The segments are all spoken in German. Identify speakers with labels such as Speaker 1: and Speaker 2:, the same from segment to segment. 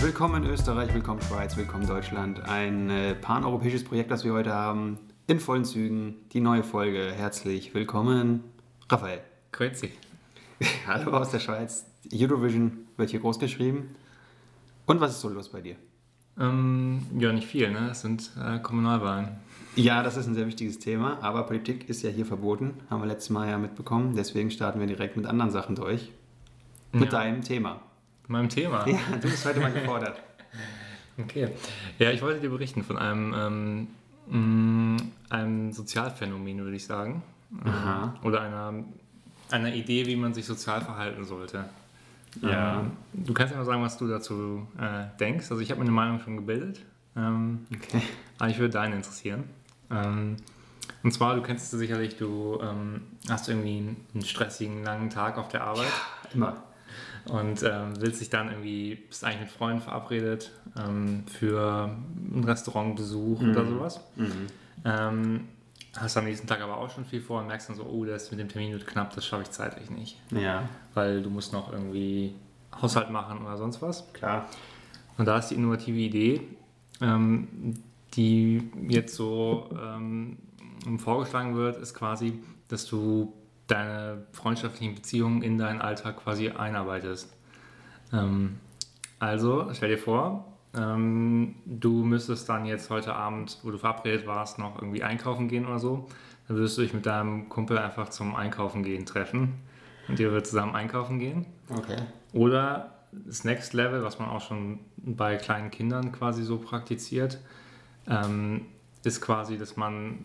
Speaker 1: Willkommen Österreich, willkommen Schweiz, willkommen Deutschland. Ein äh, paneuropäisches Projekt, das wir heute haben. In vollen Zügen, die neue Folge. Herzlich willkommen, Raphael.
Speaker 2: Grüezi.
Speaker 1: Hallo aus der Schweiz. Eurovision wird hier groß geschrieben. Und was ist so los bei dir?
Speaker 2: Ähm, ja, nicht viel, ne? Es sind äh, Kommunalwahlen.
Speaker 1: Ja, das ist ein sehr wichtiges Thema, aber Politik ist ja hier verboten, haben wir letztes Mal ja mitbekommen. Deswegen starten wir direkt mit anderen Sachen durch. Mit
Speaker 2: Ja.
Speaker 1: deinem Thema.
Speaker 2: Meinem Thema.
Speaker 1: Ja, du bist heute mal gefordert.
Speaker 2: Okay. Ja, ich wollte dir berichten von einem, ähm, mh, einem Sozialphänomen, würde ich sagen.
Speaker 1: Aha.
Speaker 2: Oder einer, einer Idee, wie man sich sozial verhalten sollte.
Speaker 1: Ja.
Speaker 2: Ähm, du kannst ja mal sagen, was du dazu äh, denkst. Also ich habe mir eine Meinung schon gebildet. Ähm,
Speaker 1: Okay.
Speaker 2: Aber ich würde deinen interessieren. Ähm, und zwar, du kennst es sicherlich, du ähm, hast irgendwie einen, einen stressigen, langen Tag auf der Arbeit
Speaker 1: Immer.
Speaker 2: und ähm, willst dich dann irgendwie, bist eigentlich mit Freunden verabredet ähm, für einen Restaurantbesuch oder sowas. Ähm, hast am nächsten Tag aber auch schon viel vor und merkst dann so, oh, das mit dem Termin wird knapp, das schaffe ich zeitlich nicht.
Speaker 1: Ja,
Speaker 2: Weil du musst noch irgendwie Haushalt machen oder sonst was.
Speaker 1: klar.
Speaker 2: Und da ist die innovative Idee, ähm, die jetzt so ähm, vorgeschlagen wird, ist quasi, dass du deine freundschaftlichen Beziehungen in deinen Alltag quasi einarbeitest. Ähm, also stell dir vor, ähm, du müsstest dann jetzt heute Abend, wo du verabredet warst, noch irgendwie einkaufen gehen oder so. Dann würdest du dich mit deinem Kumpel einfach zum Einkaufen gehen treffen und ihr würdet zusammen einkaufen gehen.
Speaker 1: Okay.
Speaker 2: Oder das Next Level, was man auch schon bei kleinen Kindern quasi so praktiziert, ähm, ist quasi, dass man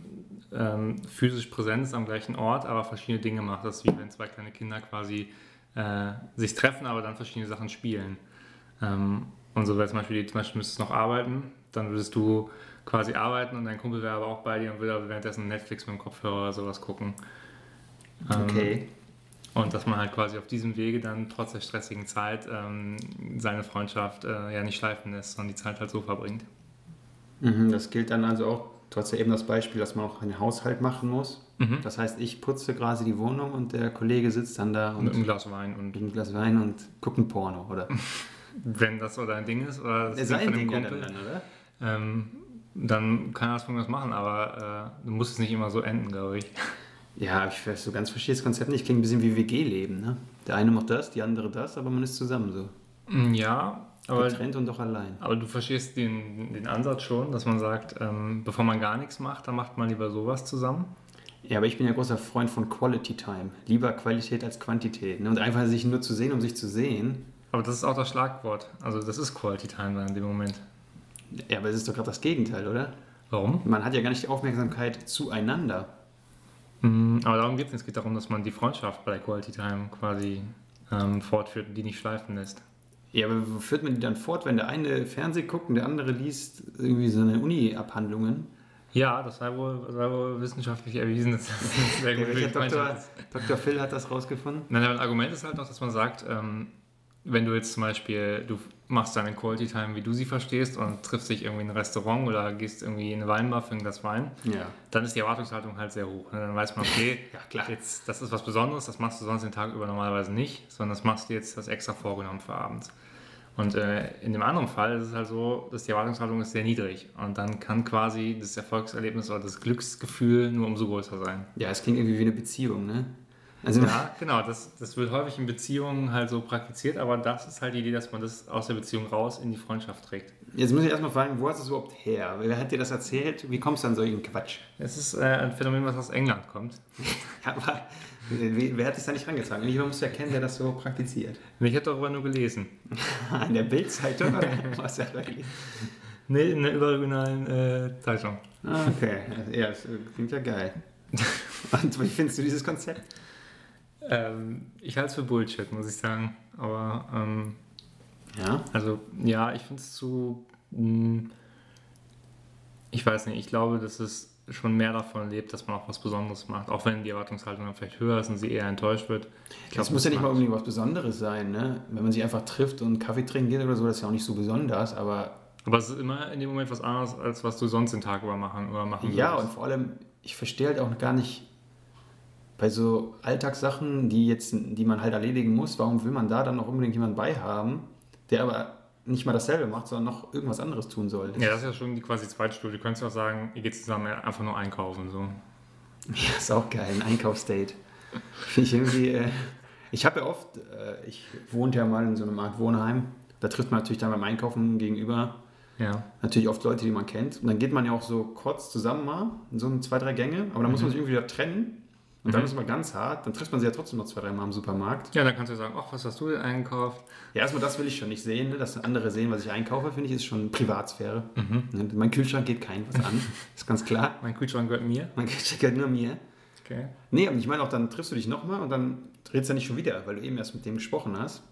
Speaker 2: ähm, physisch präsent ist am gleichen Ort, aber verschiedene Dinge macht. Das ist wie wenn zwei kleine Kinder quasi äh, sich treffen, aber dann verschiedene Sachen spielen. Ähm, und so wäre zum Beispiel, zum Beispiel müsstest du noch arbeiten, dann würdest du quasi arbeiten und dein Kumpel wäre aber auch bei dir und würde aber währenddessen Netflix mit dem Kopfhörer oder sowas gucken. Ähm,
Speaker 1: Okay.
Speaker 2: und dass man halt quasi auf diesem Wege dann trotz der stressigen Zeit ähm, seine Freundschaft äh, ja nicht schleifen lässt, sondern die Zeit halt so verbringt.
Speaker 1: Mhm, das gilt dann also auch, du hast ja eben das Beispiel, dass man auch einen Haushalt machen muss.
Speaker 2: Mhm.
Speaker 1: Das heißt, ich putze quasi die Wohnung und der Kollege sitzt dann da und
Speaker 2: Mit einem
Speaker 1: mit
Speaker 2: Glas Wein. Und
Speaker 1: einem Glas Wein und guckt ein Porno, oder?
Speaker 2: wenn das so dein Ding ist oder das Ding von dem
Speaker 1: ja
Speaker 2: Kumpel,
Speaker 1: dann, oder?
Speaker 2: ähm, dann kann er das von mir aus machen, aber äh, du musst es nicht immer so enden, glaube ich.
Speaker 1: Ja, ich weiß so ganz verstehe das Konzept nicht. Klingt ein bisschen wie WG-Leben, ne? Der eine macht das, die andere das, aber man ist zusammen so.
Speaker 2: ja, aber,
Speaker 1: Mhm. Getrennt und doch allein.
Speaker 2: aber du verstehst den, den Ansatz schon, dass man sagt, ähm, bevor man gar nichts macht, dann macht man lieber sowas zusammen.
Speaker 1: Ja, aber ich bin ja großer Freund von Quality Time. Lieber Qualität als Quantität. Ne? Und einfach sich nur zu sehen, um sich zu sehen.
Speaker 2: Aber das ist auch das Schlagwort. Also das ist Quality Time dann in dem Moment.
Speaker 1: Ja, aber es ist doch gerade das Gegenteil, oder?
Speaker 2: Warum?
Speaker 1: Man hat ja gar nicht die Aufmerksamkeit zueinander.
Speaker 2: Mm, Aber darum geht es nicht. Es geht darum, dass man die Freundschaft bei Quality Time quasi ähm, fortführt und die nicht schleifen lässt.
Speaker 1: Ja, aber wo führt man die dann fort, wenn der eine Fernsehen guckt und der andere liest irgendwie so eine Uni-Abhandlungen?
Speaker 2: Ja, das sei wohl, sei wohl wissenschaftlich erwiesen, dass das sehr gut
Speaker 1: Ja,
Speaker 2: für
Speaker 1: welcher
Speaker 2: die Freundschaft
Speaker 1: Doktor,
Speaker 2: ist.
Speaker 1: Dr. Phil hat das rausgefunden?
Speaker 2: Nein, aber ein Argument ist halt noch, dass man sagt, ähm, wenn du jetzt zum Beispiel, du machst deine Quality Time, wie du sie verstehst und triffst dich irgendwie in ein Restaurant oder gehst irgendwie in eine Weinbar für ein Glas Wein,
Speaker 1: Ja.
Speaker 2: dann ist die Erwartungshaltung halt sehr hoch. ne? Dann weiß man, okay,
Speaker 1: Ja, klar.
Speaker 2: Jetzt, das ist was Besonderes, das machst du sonst den Tag über normalerweise nicht, sondern das machst du jetzt das extra vorgenommen für abends. Und äh, in dem anderen Fall ist es halt so, dass die Erwartungshaltung ist sehr niedrig und dann kann quasi das Erfolgserlebnis oder das Glücksgefühl nur umso größer sein.
Speaker 1: Ja, es klingt irgendwie wie eine Beziehung, ne? Also,
Speaker 2: Ja, genau, das, das wird häufig in Beziehungen halt so praktiziert, aber das ist halt die Idee, dass man das aus der Beziehung raus in die Freundschaft trägt.
Speaker 1: jetzt muss ich erstmal fragen, wo hast du es überhaupt her? Wer hat dir das erzählt? Wie kommst du an solchen Quatsch?
Speaker 2: Es ist äh, ein Phänomen, was aus England kommt.
Speaker 1: Ja, aber wer wer hat es da nicht rangetragen? Jemand muss ja kennen, der das so praktiziert.
Speaker 2: Und ich habe darüber nur gelesen.
Speaker 1: In der Bildzeitung oder was hat er gelesen?
Speaker 2: Nee, in der überregionalen äh, Zeitung.
Speaker 1: Ah, Okay, ja, das klingt ja geil. Und wie findest du dieses Konzept?
Speaker 2: Ähm, ich halte es für Bullshit, muss ich sagen. Aber, ähm,
Speaker 1: Ja.
Speaker 2: also, ja, ich finde es zu. mh, ich weiß nicht, ich glaube, dass es schon mehr davon lebt, dass man auch was Besonderes macht. Auch wenn die Erwartungshaltung dann vielleicht höher ist und sie eher enttäuscht wird. Ich glaub,
Speaker 1: Das muss ja
Speaker 2: das
Speaker 1: nicht mal um-
Speaker 2: macht-
Speaker 1: unbedingt was Besonderes sein, ne? Wenn man sich einfach trifft und Kaffee trinken geht oder so, das ist ja auch nicht so besonders, aber
Speaker 2: Aber es ist immer in dem Moment was anderes, als was du sonst den Tag über machen oder machen
Speaker 1: ja, und
Speaker 2: würdest.
Speaker 1: vor allem, ich verstehe halt auch gar nicht bei so Alltagssachen, die jetzt, die man halt erledigen muss, warum will man da dann noch unbedingt jemanden bei haben, der aber nicht mal dasselbe macht, sondern noch irgendwas anderes tun soll.
Speaker 2: Ja, das ist ja schon die quasi zweite Studie. Du könntest auch sagen, ihr geht zusammen einfach nur einkaufen. So.
Speaker 1: Ja, ist auch geil, ein Einkaufsdate. Finde ich irgendwie. Äh, ich habe ja oft, äh, ich wohnte ja mal in so einem Art Wohnheim. Da trifft man natürlich dann beim Einkaufen gegenüber
Speaker 2: Ja.
Speaker 1: natürlich oft Leute, die man kennt. Und dann geht man ja auch so kurz zusammen mal in so ein, zwei, drei Gänge. Aber dann muss man sich irgendwie wieder trennen. Und dann
Speaker 2: Mhm.
Speaker 1: ist man ganz hart. Dann trifft man sie ja trotzdem noch zwei, drei Mal im Supermarkt.
Speaker 2: Ja, dann kannst du sagen, ach, was hast du denn eingekauft?
Speaker 1: Ja, erstmal das will ich schon nicht sehen. Ne? Dass andere sehen, was ich einkaufe, finde ich, ist schon Privatsphäre.
Speaker 2: Mhm.
Speaker 1: Ne? Mein Kühlschrank geht keinem was an. ist ganz klar.
Speaker 2: Mein Kühlschrank gehört mir.
Speaker 1: Mein Kühlschrank gehört nur mir.
Speaker 2: Okay.
Speaker 1: Nee, und ich meine auch, dann triffst du dich nochmal und dann redest du ja nicht schon wieder, weil du eben erst mit dem gesprochen hast.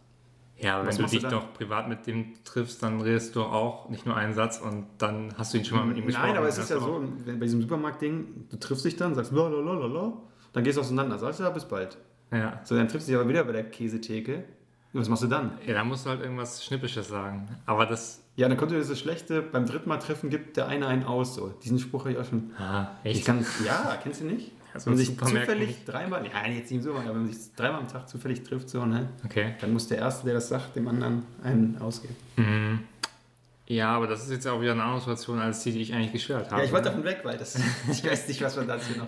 Speaker 2: Ja, aber
Speaker 1: Was
Speaker 2: wenn du
Speaker 1: machst du
Speaker 2: dich
Speaker 1: dann?
Speaker 2: doch privat mit dem triffst, dann redest du auch nicht nur einen Satz und dann hast du ihn schon mal mit ihm gesprochen. genau.
Speaker 1: Nein, aber es ist
Speaker 2: Das
Speaker 1: ja so, im- wenn- bei diesem Supermarkt-Ding, du triffst dich dann, sagst lalalala, dann gehst du auseinander, sagst ja, bis bald.
Speaker 2: Ja.
Speaker 1: So, dann triffst du dich aber wieder bei der Käsetheke. Was machst du dann?
Speaker 2: ja, da musst du halt irgendwas Schnippisches sagen. Aber das.
Speaker 1: Ja, dann kommt dir das Schlechte, beim dritten Mal treffen gibt der eine einen aus. So. Diesen Spruch habe ich auch schon.
Speaker 2: Ah,
Speaker 1: Ich kann, ja, kennst du nicht?
Speaker 2: Also
Speaker 1: wenn man sich
Speaker 2: Supermärkten
Speaker 1: zufällig dreimal, ja, jetzt nicht im Supermarkt, aber wenn man sich dreimal am Tag zufällig trifft, so, ne,
Speaker 2: Okay.
Speaker 1: dann muss der Erste, der das sagt, dem anderen einen ausgeben.
Speaker 2: Mhm. Ja, aber das ist jetzt auch wieder eine andere Situation als die, die ich eigentlich geschildert habe. ne?
Speaker 1: Ja, ich wollte davon weg, weil das, ich weiß nicht, was man dazu noch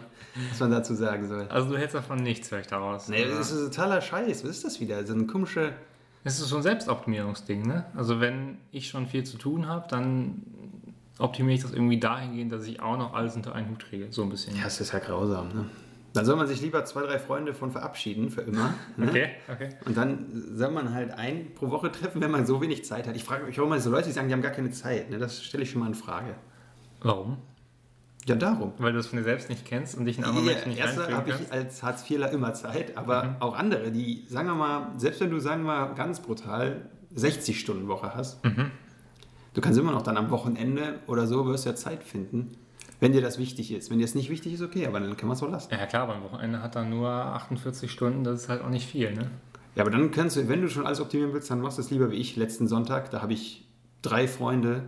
Speaker 1: was man dazu sagen soll.
Speaker 2: also du hältst davon nichts vielleicht daraus.
Speaker 1: Nee,
Speaker 2: oder?
Speaker 1: das ist totaler Scheiß. Was ist das wieder? So ein komische.
Speaker 2: Es ist so ein Selbstoptimierungsding, ne? Also wenn ich schon viel zu tun habe, dann optimiere ich das irgendwie dahingehend, dass ich auch noch alles unter einen Hut kriege. So ein bisschen.
Speaker 1: Ja, es ist ja grausam, ne? Dann soll man sich lieber zwei, drei Freunde von verabschieden für immer. Ne?
Speaker 2: Okay, okay.
Speaker 1: Und dann soll man halt ein pro Woche treffen, wenn man so wenig Zeit hat. Ich frage mich auch immer so Leute, die sagen, die haben gar keine Zeit. Ne? Das stelle ich schon mal in Frage.
Speaker 2: Warum?
Speaker 1: Ja, darum.
Speaker 2: Weil du es von dir selbst nicht kennst und dich in andere
Speaker 1: Ja,
Speaker 2: Menschen nicht
Speaker 1: erstmal
Speaker 2: reinfühlen
Speaker 1: habe
Speaker 2: kannst.
Speaker 1: ich als hartz ler immer Zeit, aber auch andere, die, sagen wir mal, selbst wenn du, sagen wir mal, ganz brutal 60-Stunden-Woche hast, du kannst immer noch dann am Wochenende oder so, wirst du ja Zeit finden, wenn dir das wichtig ist. Wenn dir das nicht wichtig ist, okay, aber dann kann man es auch lassen.
Speaker 2: Ja klar, beim Wochenende hat er nur 48 Stunden, das ist halt auch nicht viel, ne?
Speaker 1: Ja, aber dann kannst du, wenn du schon alles optimieren willst, dann machst du es lieber wie ich. Letzten Sonntag, da habe ich drei Freunde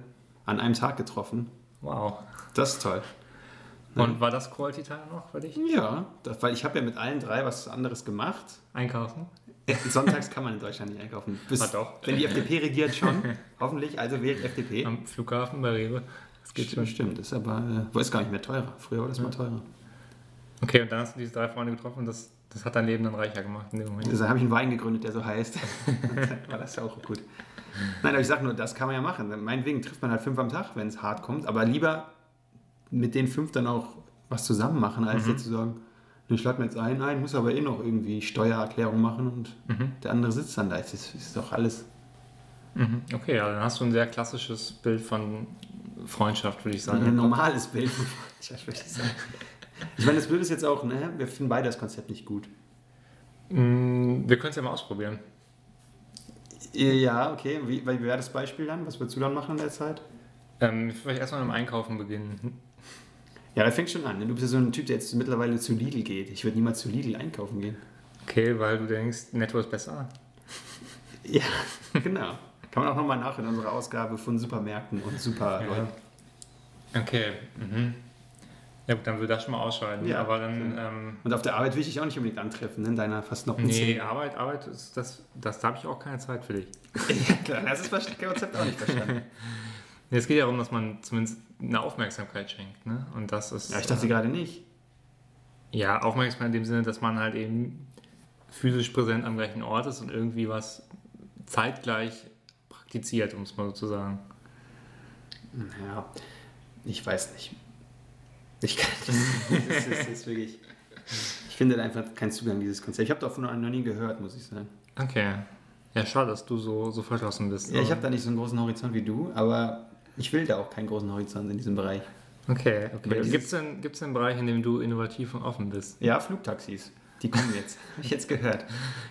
Speaker 1: an einem Tag getroffen.
Speaker 2: Wow.
Speaker 1: Das ist toll.
Speaker 2: Und war das Quality Time noch für dich?
Speaker 1: Ja, das, weil ich habe ja mit allen drei was anderes gemacht.
Speaker 2: Einkaufen?
Speaker 1: Sonntags kann man in Deutschland nicht einkaufen. Bis,
Speaker 2: Ah, doch.
Speaker 1: Wenn die FDP regiert schon, hoffentlich, also wählt FDP.
Speaker 2: Am Flughafen bei Rewe? Das geht schon.
Speaker 1: Stimmt, ist aber, äh, ist gar nicht mehr teurer. Früher war das mal teurer.
Speaker 2: Okay, und dann hast du diese drei Freunde getroffen und das, das hat dein Leben dann reicher gemacht in dem Moment.
Speaker 1: Da Also habe ich einen Wein gegründet, der so heißt. war das ja auch gut. Nein, aber ich sage nur, das kann man ja machen. Meinetwegen trifft man halt fünf am Tag, wenn es hart kommt. Aber lieber mit den fünf dann auch was zusammen machen, als jetzt zu sagen, "Nee, ich lade mir jetzt einen ein, muss aber eh noch irgendwie Steuererklärung machen und der andere sitzt dann da. Das ist, ist doch alles.
Speaker 2: Mhm. Okay, ja, dann hast du ein sehr klassisches Bild von Freundschaft, würde ich sagen.
Speaker 1: ein normales Bild. von Freundschaft, würde Ich sagen. Ich meine, das Bild ist jetzt auch, ne, wir finden beide das Konzept nicht gut.
Speaker 2: Mm, Wir können es ja mal ausprobieren.
Speaker 1: Ja, okay. Wie, wie wäre das Beispiel dann? Was würdest du dann machen in der Zeit?
Speaker 2: Ähm, vielleicht erstmal mit dem Einkaufen beginnen.
Speaker 1: Ja, da fängt schon an. ne? Du bist ja so ein Typ, der jetzt mittlerweile zu Lidl geht. Ich würde niemals zu Lidl einkaufen gehen.
Speaker 2: Okay, weil du denkst, Netto ist besser.
Speaker 1: Ja, genau. Kann man auch nochmal nach in unserer Ausgabe von Supermärkten und Superleuten.
Speaker 2: Okay. Mhm. Ja gut, dann würde das schon mal ausscheiden.
Speaker 1: Ja.
Speaker 2: aber dann, ähm,
Speaker 1: Und auf der Arbeit will ich dich auch nicht unbedingt antreffen, ne? in deiner fast noch
Speaker 2: nee, Arbeit, Arbeit, ist das, das, da habe ich auch keine Zeit für dich.
Speaker 1: Ja, klar, das ist das Konzept auch nicht verstanden.
Speaker 2: Nee, es geht ja darum, dass man zumindest eine Aufmerksamkeit schenkt. Ne? Und das ist. äh,
Speaker 1: Ja, ich dachte gerade nicht.
Speaker 2: Ja, Aufmerksamkeit in dem Sinne, dass man halt eben physisch präsent am gleichen Ort ist und irgendwie was zeitgleich praktiziert, um es mal so zu sagen.
Speaker 1: Ja, ich weiß nicht. Ich kann das, das, ist, das ist wirklich. Ich finde da einfach keinen Zugang dieses Konzept. Ich habe davon noch nie gehört, muss ich sagen.
Speaker 2: Okay. Ja, schade, dass du so, so verschlossen bist.
Speaker 1: Ja, ich habe da nicht so einen großen Horizont wie du, aber ich will da auch keinen großen Horizont in diesem Bereich.
Speaker 2: Okay, okay.
Speaker 1: dieses-
Speaker 2: Gibt es denn, gibt's denn einen Bereich, in dem du innovativ und offen bist?
Speaker 1: Ja, Flugtaxis. Die kommen jetzt. Habe ich jetzt gehört.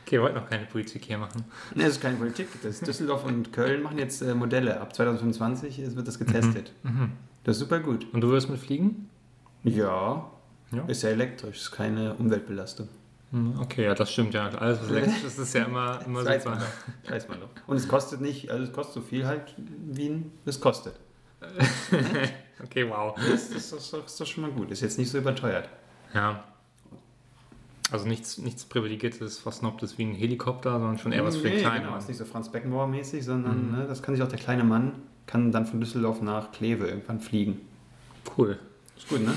Speaker 2: Okay, wollte noch keine Politik hier machen.
Speaker 1: Ne, das ist keine Politik. Das ist Düsseldorf und Köln machen jetzt äh, Modelle. Ab 2025 ist- wird das getestet. Das ist super gut.
Speaker 2: Und du würdest mit fliegen?
Speaker 1: Ja,
Speaker 2: Ja.
Speaker 1: ist ja elektrisch. Ist keine Umweltbelastung.
Speaker 2: Hm, Okay, ja, das stimmt ja. Alles, was elektrisch ist, ist ja immer, immer
Speaker 1: Mhm. Das weiß
Speaker 2: super.
Speaker 1: man doch. Weiß man doch. Und es kostet nicht, also es kostet so viel halt, wie ein- es kostet.
Speaker 2: Okay, wow.
Speaker 1: Das, das, das, das ist doch schon mal gut. Ist jetzt nicht so überteuert.
Speaker 2: Ja. Also nichts, nichts Privilegiertes, Versnobtes wie ein Helikopter, sondern schon eher was für
Speaker 1: Nee,
Speaker 2: den Kleinen.
Speaker 1: Genau, ist nicht so Franz Beckenbauer-mäßig, sondern ne, das kann sich auch der kleine Mann, kann dann von Düsseldorf nach Kleve irgendwann fliegen.
Speaker 2: Cool.
Speaker 1: Ist gut, ne?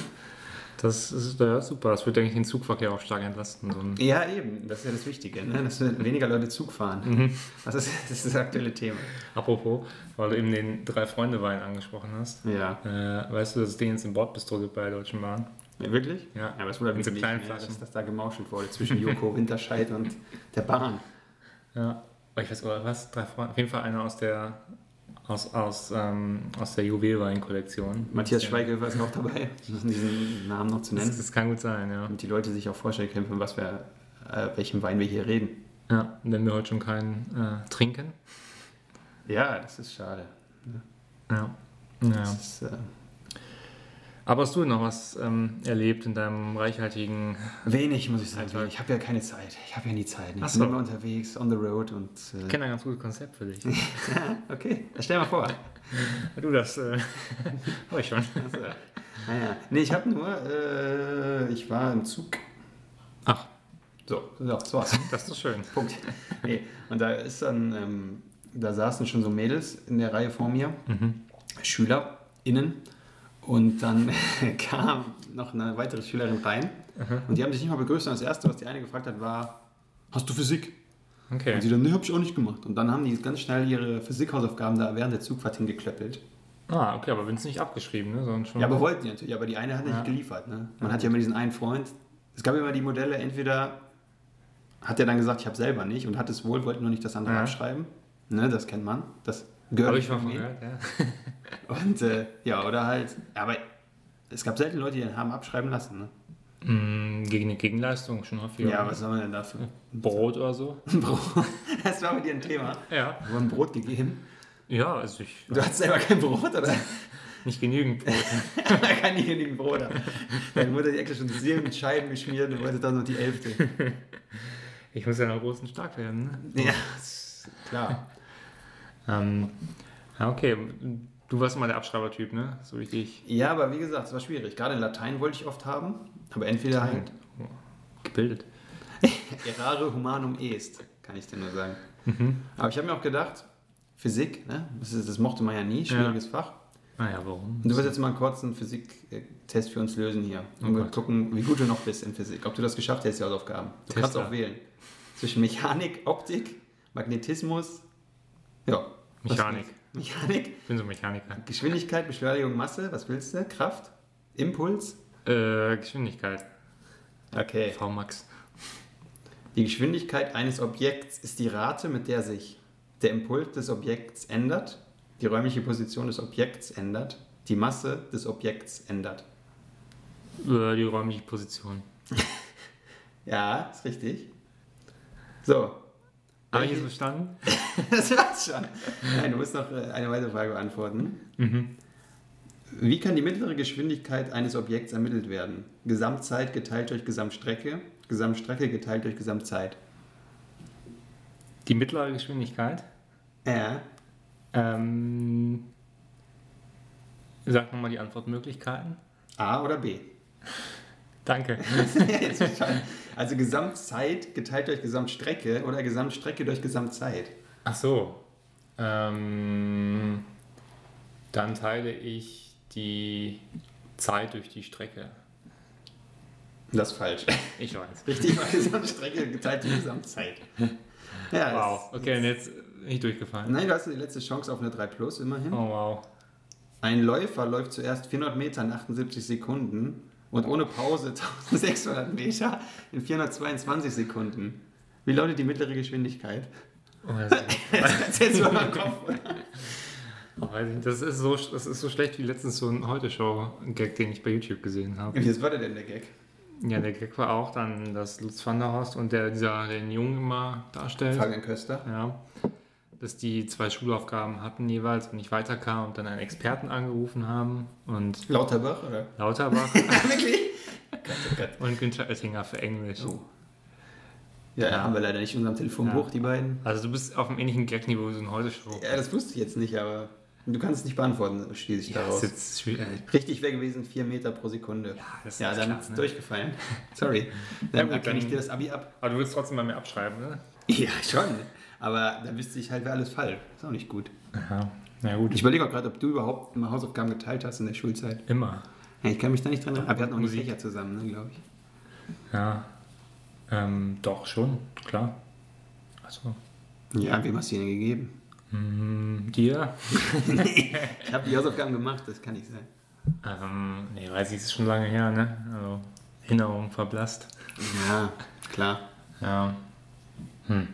Speaker 2: Das ist ja, super. Das wird, denke ich, den Zugverkehr auch stark entlasten. So ein
Speaker 1: Ja, eben. Das ist ja das Wichtige, ne? dass weniger Leute Zug fahren.
Speaker 2: Mhm.
Speaker 1: Das, ist, das ist das aktuelle Thema.
Speaker 2: Apropos, weil du eben den Drei-Freunde-Wein angesprochen hast.
Speaker 1: Ja.
Speaker 2: Äh, weißt du, dass es den jetzt im Bordbistro gibt bei der Deutschen Bahn?
Speaker 1: ja wirklich?
Speaker 2: Ja.
Speaker 1: aber es wundert mich
Speaker 2: Mit so
Speaker 1: nicht,
Speaker 2: kleinen
Speaker 1: ne,
Speaker 2: Flaschen.
Speaker 1: dass das da gemauschelt wurde zwischen Joko Winterscheid und der Bahn.
Speaker 2: Ja. Aber ich weiß gar nicht, was, drei Freunde. Auf jeden Fall einer aus der aus, aus, ähm, aus der Juwelwein-Kollektion.
Speaker 1: Matthias ne?
Speaker 2: Ja.
Speaker 1: Schweighöfer ist auch dabei, um diesen Namen noch zu
Speaker 2: Das,
Speaker 1: nennen.
Speaker 2: das kann gut sein, ja.
Speaker 1: Damit die Leute sich auch vorstellen können, von was wir, äh, welchem Wein wir hier reden.
Speaker 2: Ja, wenn wir heute schon keinen äh, trinken.
Speaker 1: Ja, das ist schade.
Speaker 2: Ja.
Speaker 1: Das
Speaker 2: ja.
Speaker 1: ist, äh,
Speaker 2: Aber hast du noch was ähm, erlebt in deinem reichhaltigen.
Speaker 1: Wenig, muss ich sagen.
Speaker 2: Alltag.
Speaker 1: Wenig. Ich habe ja keine Zeit. Ich habe ja nie Zeit. Ich
Speaker 2: Ach so.
Speaker 1: bin immer unterwegs, on the road und.
Speaker 2: Ich
Speaker 1: Äh,
Speaker 2: kenne ein ganz gutes Konzept für dich.
Speaker 1: okay, stell mal vor.
Speaker 2: du das. Äh, hab ich schon.
Speaker 1: Also, naja. Nee, ich habe nur. Äh, ich war im Zug.
Speaker 2: Ach,
Speaker 1: So, so, so war's.
Speaker 2: das ist doch schön.
Speaker 1: Punkt. Nee. Und da ist dann. Ähm, da saßen schon so Mädels in der Reihe vor mir,
Speaker 2: Mhm.
Speaker 1: SchülerInnen. Und dann kam noch eine weitere Schülerin rein. Und die haben sich nicht mal begrüßt. Und das Erste, was die eine gefragt hat, war: Hast du Physik?
Speaker 2: Okay.
Speaker 1: Und sie dann, ne, hab ich auch nicht gemacht. Und dann haben die ganz schnell ihre Physikhausaufgaben da während der Zugfahrt hingeklöppelt.
Speaker 2: Ah, okay, aber wenn es nicht abgeschrieben, ne? Sondern schon.
Speaker 1: Ja, aber wollten die natürlich, aber die eine hat nicht
Speaker 2: Ja.
Speaker 1: geliefert. Ne? Man hat Mhm. ja immer diesen einen Freund. Es gab immer die Modelle, entweder hat er dann gesagt, ich habe selber nicht und hat es wohl, wollte nur nicht das andere
Speaker 2: Ja.
Speaker 1: abschreiben. Ne, das kennt man. Das gehört
Speaker 2: Habe ich mal von
Speaker 1: irgendwie.
Speaker 2: gehört, ja.
Speaker 1: Und äh, ja, oder halt, aber es gab selten Leute, die den haben abschreiben lassen. Ne?
Speaker 2: Mm, Gegen eine Gegenleistung schon häufiger.
Speaker 1: Ja, was soll man denn dafür?
Speaker 2: Brot oder so?
Speaker 1: Ein Brot. Das war mit dir ein Thema.
Speaker 2: Ja.
Speaker 1: Wir haben Brot gegeben.
Speaker 2: Ja, also ich.
Speaker 1: Du hattest selber kein Brot, oder?
Speaker 2: Nicht genügend Brot.
Speaker 1: Da kann ich genügend Brot haben. Dann wurde die Ecke schon sieben Scheiben geschmiert und wollte dann noch die elfte.
Speaker 2: Ich muss ja noch groß und stark werden, ne?
Speaker 1: Ja, klar.
Speaker 2: Ähm, ja, okay. Du warst mal der Abschreibertyp, ne? So richtig
Speaker 1: Ja, aber wie gesagt, es war schwierig. Gerade Latein wollte ich oft haben, aber entweder halt
Speaker 2: gebildet.
Speaker 1: errare humanum est, kann ich dir nur sagen. Aber ich habe mir auch gedacht, Physik, ne? das, ist, das mochte man ja nie, schwieriges Fach.
Speaker 2: Naja, Ah warum?
Speaker 1: Und du wirst jetzt mal einen kurzen Physiktest für uns lösen hier. Und wir
Speaker 2: Gott.
Speaker 1: gucken, wie gut du noch bist in Physik. Ob du das geschafft hättest, die Hausaufgaben. Du kannst
Speaker 2: Tester.
Speaker 1: auch wählen. Zwischen Mechanik, Optik, Magnetismus, ja. was
Speaker 2: Mechanik.
Speaker 1: willst du? Mechanik,
Speaker 2: Ich bin so ein Mechaniker.
Speaker 1: Geschwindigkeit, Beschleunigung, Masse, was willst du? Kraft, Impuls.
Speaker 2: Äh, Geschwindigkeit.
Speaker 1: Okay.
Speaker 2: Vmax.
Speaker 1: Die Geschwindigkeit eines Objekts ist die Rate, mit der sich der Impuls des Objekts ändert, die räumliche Position des Objekts ändert, die Masse des Objekts ändert.
Speaker 2: Äh, die räumliche Position.
Speaker 1: Ja, ist richtig. So,
Speaker 2: Habe ich es verstanden?
Speaker 1: das war's schon. Nein, du musst noch äh, eine weitere Frage beantworten. Wie kann die mittlere Geschwindigkeit eines Objekts ermittelt werden? Gesamtzeit geteilt durch Gesamtstrecke, Gesamtstrecke geteilt durch Gesamtzeit.
Speaker 2: Die mittlere Geschwindigkeit.
Speaker 1: Ja,
Speaker 2: Ähm, sag nochmal die Antwortmöglichkeiten.
Speaker 1: A oder B?
Speaker 2: Danke.
Speaker 1: Jetzt ist schon- also Gesamtzeit geteilt durch Gesamtstrecke oder Gesamtstrecke durch Gesamtzeit.
Speaker 2: Ach so. Ähm, dann teile ich die Zeit durch die Strecke.
Speaker 1: Das ist falsch.
Speaker 2: Ich weiß.
Speaker 1: Richtig war Gesamtstrecke geteilt durch Gesamtzeit. Ja,
Speaker 2: Wow.
Speaker 1: wow.
Speaker 2: Okay, und jetzt bin ich durchgefallen.
Speaker 1: Nein, du hast die letzte Chance auf eine 3 Plus immerhin.
Speaker 2: Oh wow.
Speaker 1: Ein Läufer läuft zuerst 400 Meter in 78 Sekunden und ohne Pause 1600 Meter in 422 Sekunden. Wie lautet die mittlere Geschwindigkeit?
Speaker 2: Oh, das, ist,
Speaker 1: Das kannst du jetzt mal im Kopf, oder?
Speaker 2: oh, weiß ich nicht. das, ist so, das ist so schlecht wie letztens so ein Heute-Show-Gag, den ich bei YouTube gesehen habe.
Speaker 1: Jetzt war der denn der Gag?
Speaker 2: Ja, der Gag war auch dann, dass Lutz van der Horst und der, dieser den Jungen immer darstellt.
Speaker 1: Fabian Köster.
Speaker 2: Ja. Dass die zwei Schulaufgaben hatten jeweils und nicht weiterkamen und dann einen Experten angerufen haben und
Speaker 1: Lauterbach, oder?
Speaker 2: Lauterbach
Speaker 1: Wirklich? Gott, oh Gott.
Speaker 2: und Günther Oettinger für Englisch.
Speaker 1: Oh. Ja,
Speaker 2: Ja.
Speaker 1: haben wir leider nicht in unserem Telefonbuch,
Speaker 2: Ja.
Speaker 1: die beiden.
Speaker 2: Also du bist auf einem ähnlichen Gag-Niveau wie so ein Heute-Show.
Speaker 1: Ja, das wusste ich jetzt nicht, aber Du kannst es nicht beantworten, schließe ich
Speaker 2: Ja,
Speaker 1: daraus.
Speaker 2: ist jetzt schwierig. Äh,
Speaker 1: Richtig wäre gewesen, 4 Meter pro Sekunde.
Speaker 2: Ja, das ist
Speaker 1: ja dann
Speaker 2: klar,
Speaker 1: ist
Speaker 2: ne?
Speaker 1: durchgefallen. Sorry. Dann
Speaker 2: gut,
Speaker 1: erkenne ich
Speaker 2: dann-
Speaker 1: dir das Abi ab.
Speaker 2: Aber du willst trotzdem bei mir abschreiben, ne?
Speaker 1: Ja, schon. Aber dann wüsste ich halt, wer alles falsch. Ist auch nicht gut.
Speaker 2: Ja. Na gut.
Speaker 1: Ich überlege auch gerade, ob du überhaupt mal Hausaufgaben geteilt hast in der Schulzeit.
Speaker 2: immer.
Speaker 1: Ja, ich kann mich da nicht dran erinnern. Aber wir hatten auch nicht
Speaker 2: Musik.
Speaker 1: Fächer zusammen, ne, glaube ich.
Speaker 2: Ja. Ähm, doch, schon, klar. Also,
Speaker 1: Ja, wem hast du die denn gegeben?
Speaker 2: mm, dir?
Speaker 1: Ich habe die Hausaufgaben gemacht, das kann nicht sein.
Speaker 2: Ähm, nee, weiß ich, ist schon lange her, ne? Also, Erinnerung verblasst.
Speaker 1: Ja, klar.
Speaker 2: Ja. Hm.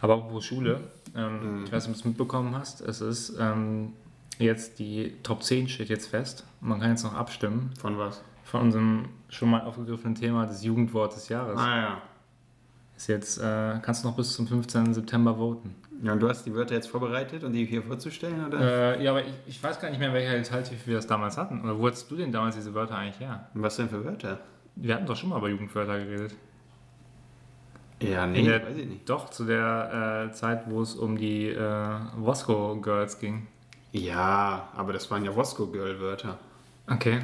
Speaker 2: Aber apropos Schule, ähm, ich weiß nicht, ob du es mitbekommen hast, es ist ähm, jetzt die Top 10 steht jetzt fest. Man kann jetzt noch abstimmen
Speaker 1: Von was?
Speaker 2: von unserem schon mal aufgegriffenen Thema des Jugendwort des Jahres.
Speaker 1: Ah ja.
Speaker 2: Ist jetzt, äh, kannst du noch bis zum 15. September voten.
Speaker 1: Ja, und du hast die Wörter jetzt vorbereitet und die hier vorzustellen, oder?
Speaker 2: Äh, ja, aber ich, ich weiß gar nicht mehr, welcher Details wir das damals hatten. Oder wo hattest du denn damals diese Wörter eigentlich her?
Speaker 1: Was denn für Wörter?
Speaker 2: Wir hatten doch schon mal über Jugendwörter geredet.
Speaker 1: Ja,
Speaker 2: In
Speaker 1: nee,
Speaker 2: der-
Speaker 1: weiß ich nicht.
Speaker 2: Doch, zu der äh, Zeit, wo es um die äh, Wasco Girls ging.
Speaker 1: Ja, aber das waren ja Wasco-Girl-Wörter.
Speaker 2: Okay.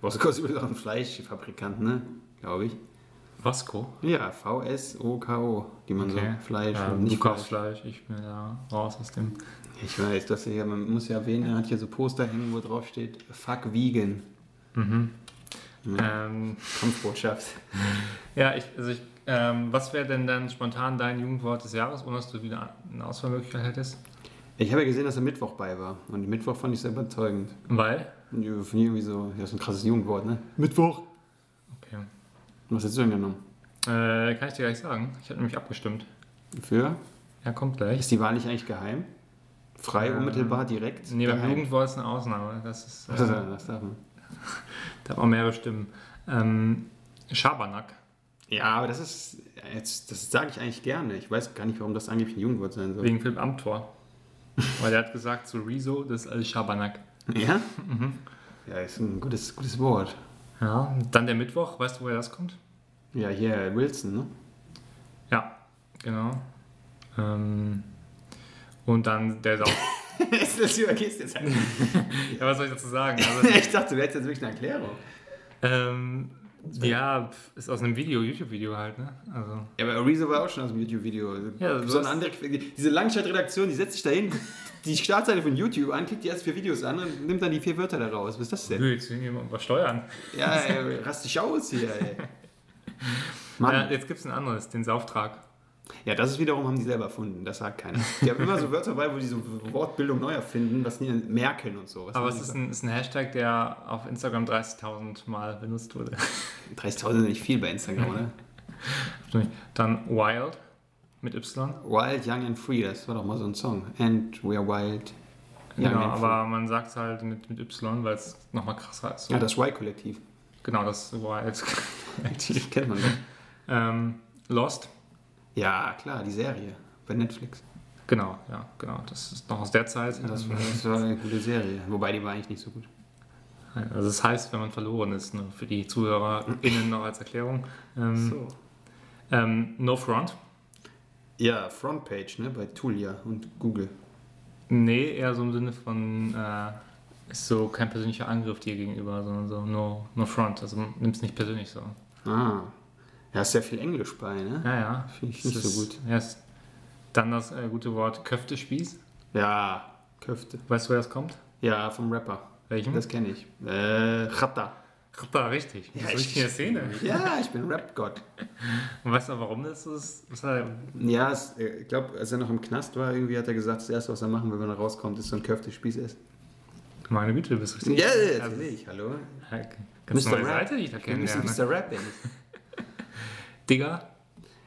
Speaker 1: Wasco ist übrigens auch ein Fleischfabrikant, ne? Glaube ich.
Speaker 2: Wasco?
Speaker 1: Ja, V-S-O-K-O, die man
Speaker 2: Okay.
Speaker 1: so Also Fleisch
Speaker 2: Ja,
Speaker 1: und
Speaker 2: du
Speaker 1: nicht
Speaker 2: kaufst
Speaker 1: Fleisch.
Speaker 2: Fleisch, ich bin da raus aus dem.
Speaker 1: Ich weiß, das hier, man muss ja erwähnen, er hat hier so Poster hängen, wo drauf steht, fuck vegan.
Speaker 2: Ähm,
Speaker 1: Kampfbotschaft.
Speaker 2: ja, ich, also ich, ähm, was wäre denn dann spontan dein Jugendwort des Jahres, ohne dass du wieder eine Auswahlmöglichkeit hättest?
Speaker 1: Ich habe ja gesehen, dass er Mittwoch bei war. Und Mittwoch fand ich sehr überzeugend.
Speaker 2: Weil?
Speaker 1: Finde ich irgendwie so, das ist ein krasses Jugendwort, ne? Mittwoch.
Speaker 2: Okay.
Speaker 1: Was hast du denn genommen?
Speaker 2: Äh, kann ich dir gleich sagen. Ich habe nämlich abgestimmt.
Speaker 1: Für?
Speaker 2: Ja, kommt gleich.
Speaker 1: Ist die Wahl nicht eigentlich geheim? Frei,
Speaker 2: Ähm,
Speaker 1: unmittelbar, direkt?
Speaker 2: Nee, beim
Speaker 1: geheim.
Speaker 2: Jugendwort ist eine Ausnahme. Das ist,
Speaker 1: Das,
Speaker 2: äh,
Speaker 1: das darf man.
Speaker 2: da waren mehrere Stimmen. Ähm, Schabernack.
Speaker 1: Ja, aber das ist, jetzt, das sage ich eigentlich gerne. Ich weiß gar nicht, warum das angeblich ein Jugendwort sein soll.
Speaker 2: Wegen Philipp Amthor. Weil der hat gesagt zu Rezo, das ist alles Schabernack.
Speaker 1: Ja? Mhm. Ja, ist ein gutes, gutes Wort.
Speaker 2: Ja. Dann der Mittwoch, weißt du, woher das kommt?
Speaker 1: Ja, hier Wilson, ne?
Speaker 2: Ja, genau. Ähm, und dann der Sau.
Speaker 1: Ist das übergehst jetzt halt.
Speaker 2: ja, was soll ich dazu sagen? Also,
Speaker 1: Ich dachte, du hättest jetzt wirklich eine Erklärung.
Speaker 2: ähm, ja, pf, ist aus einem Video, YouTube-Video halt, ne? Also,
Speaker 1: Ja, aber Rezo war auch schon aus dem YouTube-Video. Also,
Speaker 2: Ja,
Speaker 1: so
Speaker 2: sowas-
Speaker 1: eine andere, diese Langzeitredaktion, die setzt sich da hin, guckt die Startseite von YouTube an, klickt die erst vier Videos an und nimmt dann die vier Wörter daraus. Was ist das denn?
Speaker 2: Hü, jetzt will jemand was steuern.
Speaker 1: Ja, ey, rast dich aus hier, ey.
Speaker 2: Ja,
Speaker 1: Mann.
Speaker 2: jetzt gibt's ein anderes, den Sauftrag.
Speaker 1: Ja, das ist wiederum, haben die selber erfunden. Das sagt keiner. Die haben immer so Wörter bei, wo die so Wortbildung neu erfinden, was die merken und so. Was
Speaker 2: Aber
Speaker 1: haben
Speaker 2: es ist
Speaker 1: die-
Speaker 2: ein, ist ein Hashtag, der auf Instagram 30.000 Mal benutzt wurde.
Speaker 1: 30.000 sind nicht viel bei Instagram, oder?
Speaker 2: Dann Wild mit Y.
Speaker 1: Wild, Young and Free, das war doch mal so ein Song. And we are wild. young
Speaker 2: Genau,
Speaker 1: and free.
Speaker 2: aber man sagt es halt mit, mit Y, weil es nochmal krasser ist. So.
Speaker 1: Ja, das Y-Kollektiv.
Speaker 2: Genau, das Wild.
Speaker 1: Kennt man doch.
Speaker 2: ähm, Lost.
Speaker 1: Ja, klar, die Serie bei Netflix.
Speaker 2: Genau, ja, genau. Das ist noch aus der Zeit.
Speaker 1: Das war, das war eine gute Serie. Wobei die war eigentlich nicht so gut.
Speaker 2: also das heißt, wenn man verloren ist, ne, für die ZuhörerInnen noch als Erklärung. Ähm, ähm, no Front.
Speaker 1: Ja, Frontpage, ne? Bei Tulia und Google.
Speaker 2: Nee, eher so im Sinne von äh, ist so kein persönlicher Angriff dir gegenüber, sondern so no, no front. Also nimm es nicht persönlich so.
Speaker 1: Ah. Ja, ist ja viel Englisch bei, ne?
Speaker 2: Ja, ja.
Speaker 1: Finde ich nicht
Speaker 2: Es
Speaker 1: so
Speaker 2: ist- Ja, es- dann das äh, gute Wort Köftespieß.
Speaker 1: Ja, Köfte.
Speaker 2: Weißt du, woher das kommt?
Speaker 1: Ja, vom Rapper.
Speaker 2: Welchen?
Speaker 1: Das kenne ich. Äh, Chata.
Speaker 2: Ach, da, richtig.
Speaker 1: Ja,
Speaker 2: das ist
Speaker 1: ich-
Speaker 2: richtig in der Szene.
Speaker 1: Ja, ich bin Rap-Gott.
Speaker 2: Und weißt du, warum das ist? Was hat er-
Speaker 1: Ja, es, äh, ich glaube, als er noch im Knast war, irgendwie hat er gesagt, das Erste, was er machen will, wenn er rauskommt, ist so ein Köftespieß essen.
Speaker 2: Meine Güte, du bist richtig. Also,
Speaker 1: ich, hallo.
Speaker 2: Ganz Mr. neue
Speaker 1: Rap.
Speaker 2: Seite, die ich halt da
Speaker 1: Wir ne? müssen
Speaker 2: kennenlerne.
Speaker 1: Mr. Rap bin
Speaker 2: Digga,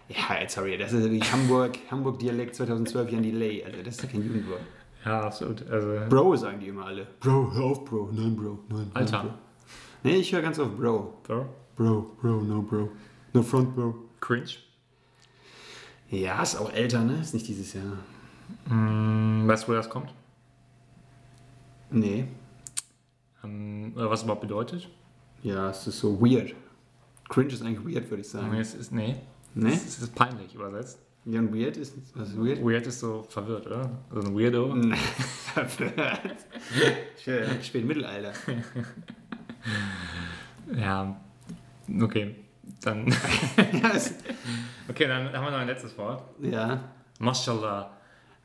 Speaker 1: Ja, jetzt, sorry, das ist wirklich Hamburg, Hamburg-Dialekt 2012 Jan Delay. Also, das ist kein Jugendwort.
Speaker 2: ja, absolut. Also,
Speaker 1: Bro sagen die immer alle. Bro, hör auf, Bro. Nein, Bro. Nein, Nein,
Speaker 2: Alter,
Speaker 1: Bro. Nee, ich höre ganz oft Bro.
Speaker 2: Bro,
Speaker 1: Bro, Bro, no, Bro. No front, Bro.
Speaker 2: cringe.
Speaker 1: Ja, ist auch älter, ne? Ist nicht dieses Jahr.
Speaker 2: Hm, weißt du, woher das kommt?
Speaker 1: Nee.
Speaker 2: Ähm, oder was überhaupt bedeutet?
Speaker 1: Ja, es ist so weird. Cringe ist eigentlich weird, würde ich
Speaker 2: Nee,
Speaker 1: sagen.
Speaker 2: es ist, nee.
Speaker 1: Ne?
Speaker 2: Es ist, es ist peinlich übersetzt.
Speaker 1: Ja, und weird ist. Was ist weird?
Speaker 2: Weird ist so verwirrt, oder? So ein Weirdo.
Speaker 1: Nee. verwirrt. Schön. Spät Mittelalter.
Speaker 2: Ja, okay. Dann,
Speaker 1: ja, ist,
Speaker 2: okay, dann haben wir noch ein letztes Wort.
Speaker 1: ja.
Speaker 2: Mashallah.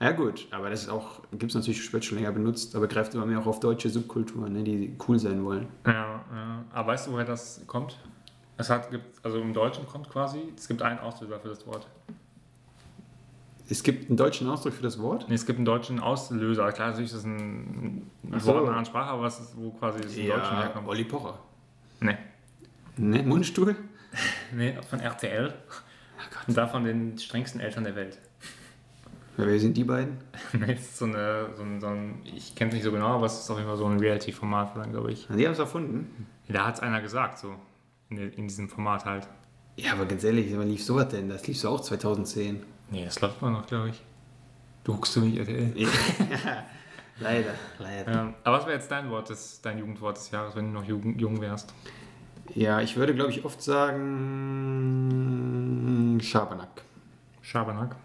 Speaker 1: ja, gut. Aber das ist auch, gibt es natürlich, wird schon länger benutzt, aber greift immer mehr auch auf deutsche Subkulturen, ne, die cool sein wollen.
Speaker 2: Ja, ja. Aber weißt du, woher das kommt? Es hat, gibt, also im Deutschen kommt quasi, es gibt einen Auslöser für das Wort.
Speaker 1: Es gibt einen deutschen Ausdruck für das Wort.
Speaker 2: Nee, es gibt einen deutschen Auslöser. Klar, natürlich ist das ein, ein
Speaker 1: Ach
Speaker 2: Wort
Speaker 1: so.
Speaker 2: einer anderen Sprache, aber es ist, wo quasi das im Deutschen herkommt.
Speaker 1: Olli Pocher.
Speaker 2: Nee.
Speaker 1: Ne, Mundstuhl?
Speaker 2: nee, von RTL. Und da von den strengsten Eltern der Welt.
Speaker 1: Ja, wer sind die beiden?
Speaker 2: Nee, es ist so eine, so ein, so ein ich kenne es nicht so genau, aber es ist auf jeden Fall so ein Reality-Format, glaube ich.
Speaker 1: Die haben es erfunden.
Speaker 2: Da hat es einer gesagt, so. In, in diesem Format halt.
Speaker 1: Ja, aber ganz ehrlich, wann lief sowas denn? Das lief so auch 2010.
Speaker 2: Nee, das läuft immer noch, glaube ich. Du guckst du nicht RTL.
Speaker 1: Leider, leider.
Speaker 2: Ähm, aber was wäre jetzt dein Wort, des, dein Jugendwort des Jahres, wenn du noch jung, jung wärst?
Speaker 1: Ja, ich würde, glaube ich, oft sagen Schabernack.
Speaker 2: Schabernack.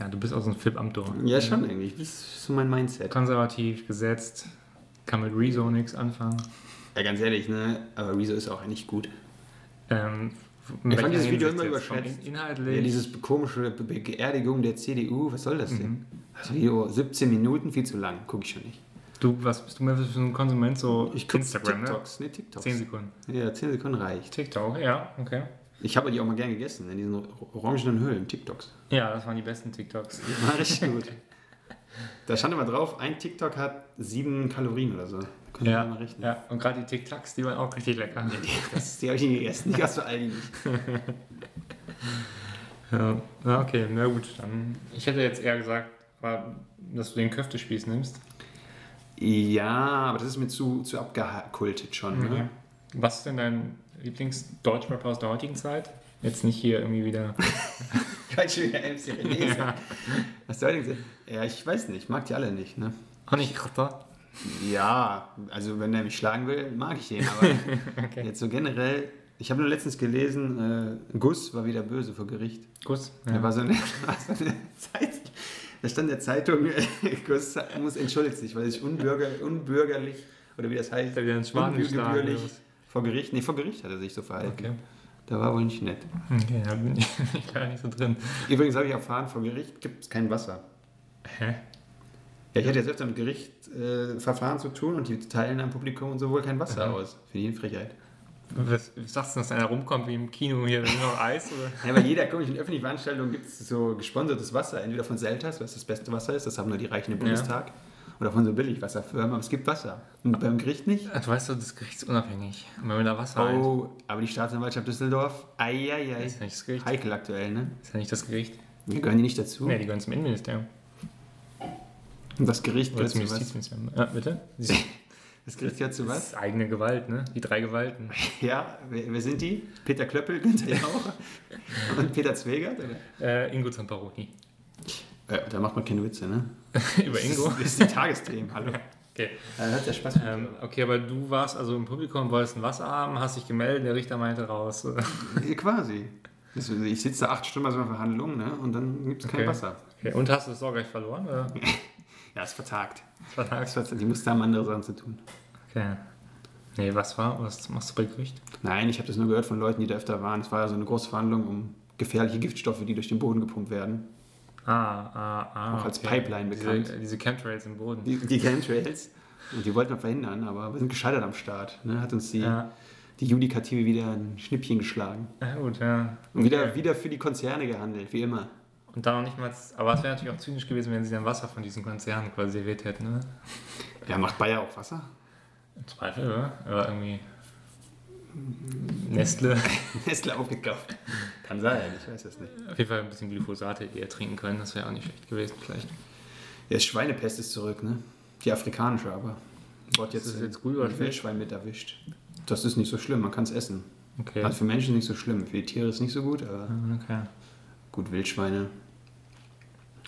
Speaker 2: Ja, du bist auch so ein Flip am Dorn.
Speaker 1: Ja, schon irgendwie. Das ist so mein Mindset.
Speaker 2: konservativ gesetzt, kann mit Rezo nichts anfangen.
Speaker 1: Ja, ganz ehrlich, ne? Aber Rezo ist auch eigentlich gut.
Speaker 2: Ähm,
Speaker 1: Ich fand dieses Video immer
Speaker 2: überschätzt.
Speaker 1: überschätzt.
Speaker 2: Inhaltlich.
Speaker 1: Ja, dieses komische Be Beerdigung der CDU, was soll das denn? Also Das Video 17 Minuten, viel zu lang, gucke ich schon nicht.
Speaker 2: du, was bist du mehr für ein Konsument? So
Speaker 1: Ich gucke
Speaker 2: Instagram,
Speaker 1: TikToks, ne? TikToks.
Speaker 2: ne? 10 Sekunden.
Speaker 1: Ja, 10 Sekunden reicht.
Speaker 2: TikTok, ja, okay.
Speaker 1: Ich habe die auch mal gern gegessen, in diesen orangenen Höhlen, TikToks.
Speaker 2: Ja, das waren die besten TikToks.
Speaker 1: War richtig gut. Da stand immer drauf, ein TikTok hat sieben Kalorien oder so. Da könnt ihr mal
Speaker 2: Ja,
Speaker 1: rechnen.
Speaker 2: ja, und gerade die TikToks, die waren auch richtig lecker.
Speaker 1: Das, die habe ich nie gegessen, die gab es bei Aldi nicht.
Speaker 2: Ja, na, okay, na gut. Dann, ich hätte jetzt eher gesagt, war, dass du den Köftespieß nimmst.
Speaker 1: Ja, aber das ist mir zu, zu abgekultet schon. Ne?
Speaker 2: Was ist denn dein Lieblings-Deutschrapper aus der heutigen Zeit? Jetzt nicht hier irgendwie wieder.
Speaker 1: Kann ich wieder MC René sagen. Was soll denn das? Ja, ich weiß nicht, mag die alle nicht, ne?
Speaker 2: Auch nicht Rapper.
Speaker 1: Ja, also wenn er mich schlagen will, mag ich den, aber
Speaker 2: Okay.
Speaker 1: jetzt so generell, ich habe nur letztens gelesen, äh, Gus war wieder böse vor Gericht.
Speaker 2: Kuss.
Speaker 1: Da war so eine, war so eine Zeit, da stand in der Zeitung, äh, Gus muss entschuldigt sich, weil er sich unbürger, unbürgerlich, oder wie das heißt,
Speaker 2: Hat er wieder einen Schwaden geschlagen,
Speaker 1: ungebührlich
Speaker 2: oder was?
Speaker 1: vor Gericht, nee, vor Gericht hat er sich so verhalten.
Speaker 2: Okay.
Speaker 1: Da war wohl nicht nett.
Speaker 2: Okay, da bin ich, bin ich gar nicht so drin.
Speaker 1: Übrigens habe ich erfahren, vor Gericht gibt es kein Wasser.
Speaker 2: Hä?
Speaker 1: Ja, ich hatte jetzt öfter mit Gericht äh, Verfahren zu tun und die teilen am Publikum und so wohl kein Wasser
Speaker 2: Mhm.
Speaker 1: aus. Finde ich eine Frechheit.
Speaker 2: Was, was sagst du, dass einer rumkommt wie im Kino hier, wenn noch Eis oder?
Speaker 1: Ja, bei jeder komischen öffentlichen Veranstaltung gibt es so gesponsertes Wasser. Entweder von Selters, was das beste Wasser ist, das haben nur die Reichen im
Speaker 2: Ja.
Speaker 1: Bundestag. Oder von so Billigwasserfirmen, aber es gibt Wasser. Und beim Gericht nicht?
Speaker 2: Du Also, weißt doch, das ist gerichtsunabhängig. Und wenn wir da Wasser rein-
Speaker 1: Oh, aber die Staatsanwaltschaft Düsseldorf, eieiei.
Speaker 2: Ist ja nicht das Gericht.
Speaker 1: Heikel aktuell, ne?
Speaker 2: Ist ja nicht das Gericht.
Speaker 1: Wir gehören die nicht dazu.
Speaker 2: Halt. Nee, die gehören zum Innenministerium.
Speaker 1: Und das Gericht
Speaker 2: Oder
Speaker 1: gehört
Speaker 2: zum
Speaker 1: zu was?
Speaker 2: Justizministerium. Ja, bitte? Das ist-
Speaker 1: Das Gericht gehört zu
Speaker 2: das
Speaker 1: was?
Speaker 2: ist eigene Gewalt, ne? Die drei Gewalten.
Speaker 1: Ja, wer, wer sind die? Peter Klöppel, Günther Jauch und Peter Zwegert? Oder?
Speaker 2: Äh, Ingo Zamparoni.
Speaker 1: Äh, da macht man keine Witze, ne?
Speaker 2: Über Ingo.
Speaker 1: Das ist die Tagesthemen, hallo.
Speaker 2: Okay.
Speaker 1: Da hat der Spaß.
Speaker 2: Ähm, okay, aber du warst also im Publikum, wolltest ein Wasser haben, hast dich gemeldet, der Richter meinte raus. äh, Okay.
Speaker 1: Quasi. Das- Ich sitze da acht Stunden bei so einer Verhandlung ne? und dann gibt es kein
Speaker 2: Okay.
Speaker 1: Wasser.
Speaker 2: Und hast du das Sorgerecht verloren? Oder?
Speaker 1: Ja, ist vertagt.
Speaker 2: Das war
Speaker 1: Das war- Die mussten haben andere Sachen zu tun.
Speaker 2: Okay. Nee, was war? Was machst du bei Gericht?
Speaker 1: Nein, ich habe das nur gehört von Leuten, die da öfter waren. Es war ja so eine große Verhandlung um gefährliche Giftstoffe, die durch den Boden gepumpt werden.
Speaker 2: Ah, ah, ah.
Speaker 1: Auch als Pipeline
Speaker 2: Diese,
Speaker 1: bekannt.
Speaker 2: diese Chemtrails im Boden.
Speaker 1: Die, die Chemtrails. Und die wollten wir verhindern, aber wir sind gescheitert am Start. Ne? Hat uns die,
Speaker 2: ja,
Speaker 1: die Judikative wieder ein Schnippchen geschlagen.
Speaker 2: na Ah, gut, ja.
Speaker 1: Und wieder,
Speaker 2: Okay.
Speaker 1: wieder für die Konzerne gehandelt, wie immer.
Speaker 2: Und dann noch nicht mal. Aber es wäre natürlich auch zynisch gewesen, wenn sie dann Wasser von diesen Konzernen quasi serviert hätten, ne?
Speaker 1: Ja, macht Bayer auch Wasser?
Speaker 2: Im Zweifel, oder? Oder irgendwie. Nestle.
Speaker 1: Nestle aufgekauft. Kann sein, ich weiß es nicht.
Speaker 2: Auf jeden Fall ein bisschen Glyphosat hätte ihr trinken können, das wäre auch nicht schlecht gewesen, vielleicht.
Speaker 1: Ja, Schweinepest ist zurück, ne? Die afrikanische aber. Wird jetzt,
Speaker 2: Ist das jetzt
Speaker 1: ein
Speaker 2: rüber?
Speaker 1: Wildschwein mit erwischt. Das ist nicht so schlimm, man kann es essen.
Speaker 2: Okay.
Speaker 1: Also für Menschen nicht so schlimm, für die Tiere ist nicht so gut, aber
Speaker 2: okay.
Speaker 1: gut, Wildschweine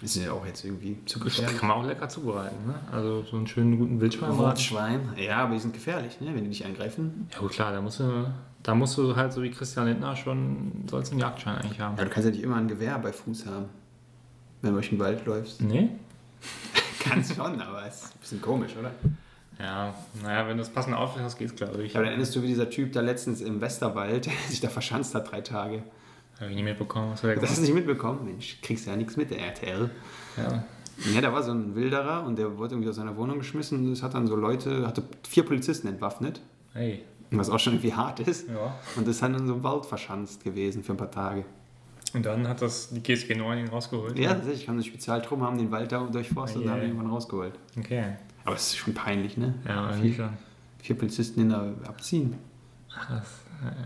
Speaker 1: ist ja auch jetzt irgendwie zu
Speaker 2: Das
Speaker 1: gefährlich.
Speaker 2: kann man auch lecker zubereiten, ne? Also so einen schönen guten Wildschweinbraten.
Speaker 1: Rotschwein, ja, aber die sind gefährlich, ne? Wenn die dich angreifen.
Speaker 2: Ja gut, klar, da musst du, da musst du halt so wie Christian Lindner schon, sollst du einen Jagdschein eigentlich haben.
Speaker 1: Ja, du kannst ja nicht immer ein Gewehr bei Fuß haben, wenn du durch den Wald läufst.
Speaker 2: Nee?
Speaker 1: kannst schon, aber es ist ein bisschen komisch, oder?
Speaker 2: Ja, naja, wenn du das passende Outfit hast, geht's, glaube ich.
Speaker 1: Ja, aber dann endest du wie dieser Typ da letztens im Westerwald, der sich da verschanzt hat drei Tage.
Speaker 2: Habe ich nicht mitbekommen, was er
Speaker 1: Das hast
Speaker 2: gemacht
Speaker 1: du nicht mitbekommen? Mensch, kriegst ja nichts mit, der RTL.
Speaker 2: Ja.
Speaker 1: Ja, da war so ein Wilderer und der wurde irgendwie aus seiner Wohnung geschmissen und es hat dann so Leute, hatte vier Polizisten entwaffnet,
Speaker 2: Hey,
Speaker 1: was auch schon irgendwie hart ist.
Speaker 2: ja.
Speaker 1: Und ist dann in so einem Wald verschanzt gewesen für ein paar Tage.
Speaker 2: Und dann hat das die GSG 9 ihn rausgeholt. ne?
Speaker 1: Ja, tatsächlich, haben sie Spezialtruppen, haben den Wald da durchforstet und
Speaker 2: Ei,
Speaker 1: haben ihn
Speaker 2: ei.
Speaker 1: irgendwann rausgeholt.
Speaker 2: Okay.
Speaker 1: Aber es ist schon peinlich, ne?
Speaker 2: Ja, irgendwie
Speaker 1: vier,
Speaker 2: schon.
Speaker 1: vier Polizisten ihn da abziehen.
Speaker 2: Krass.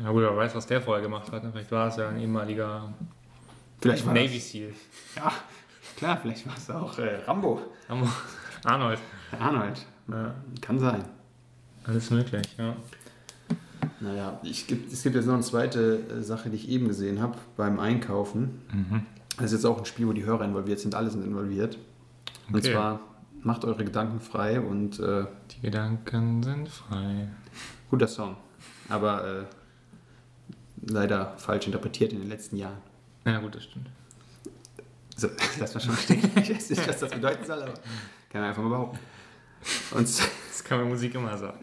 Speaker 2: Ja gut, wer weiß, was der vorher gemacht hat. ne? Vielleicht war es ja ein ehemaliger
Speaker 1: Vielleicht war
Speaker 2: Navy Seal.
Speaker 1: das, Ja, klar, vielleicht war es auch äh, Rambo.
Speaker 2: Rambo- Arnold.
Speaker 1: Arnold. Kann sein.
Speaker 2: Alles möglich, ja.
Speaker 1: Naja, ich, gibt- es gibt jetzt noch eine zweite äh, Sache, die ich eben gesehen habe beim Einkaufen. Das ist jetzt auch ein Spiel, wo die Hörer involviert sind, alle sind involviert. Und
Speaker 2: Okay.
Speaker 1: zwar macht eure Gedanken frei und äh,
Speaker 2: Die Gedanken sind frei.
Speaker 1: guter Song, aber äh, leider falsch interpretiert in den letzten Jahren.
Speaker 2: Na gut, das stimmt.
Speaker 1: So, lass mal schon stehen. Ich weiß nicht, was das bedeuten soll, aber kann man einfach mal behaupten. Und, z-
Speaker 2: Das kann man Musik immer sagen.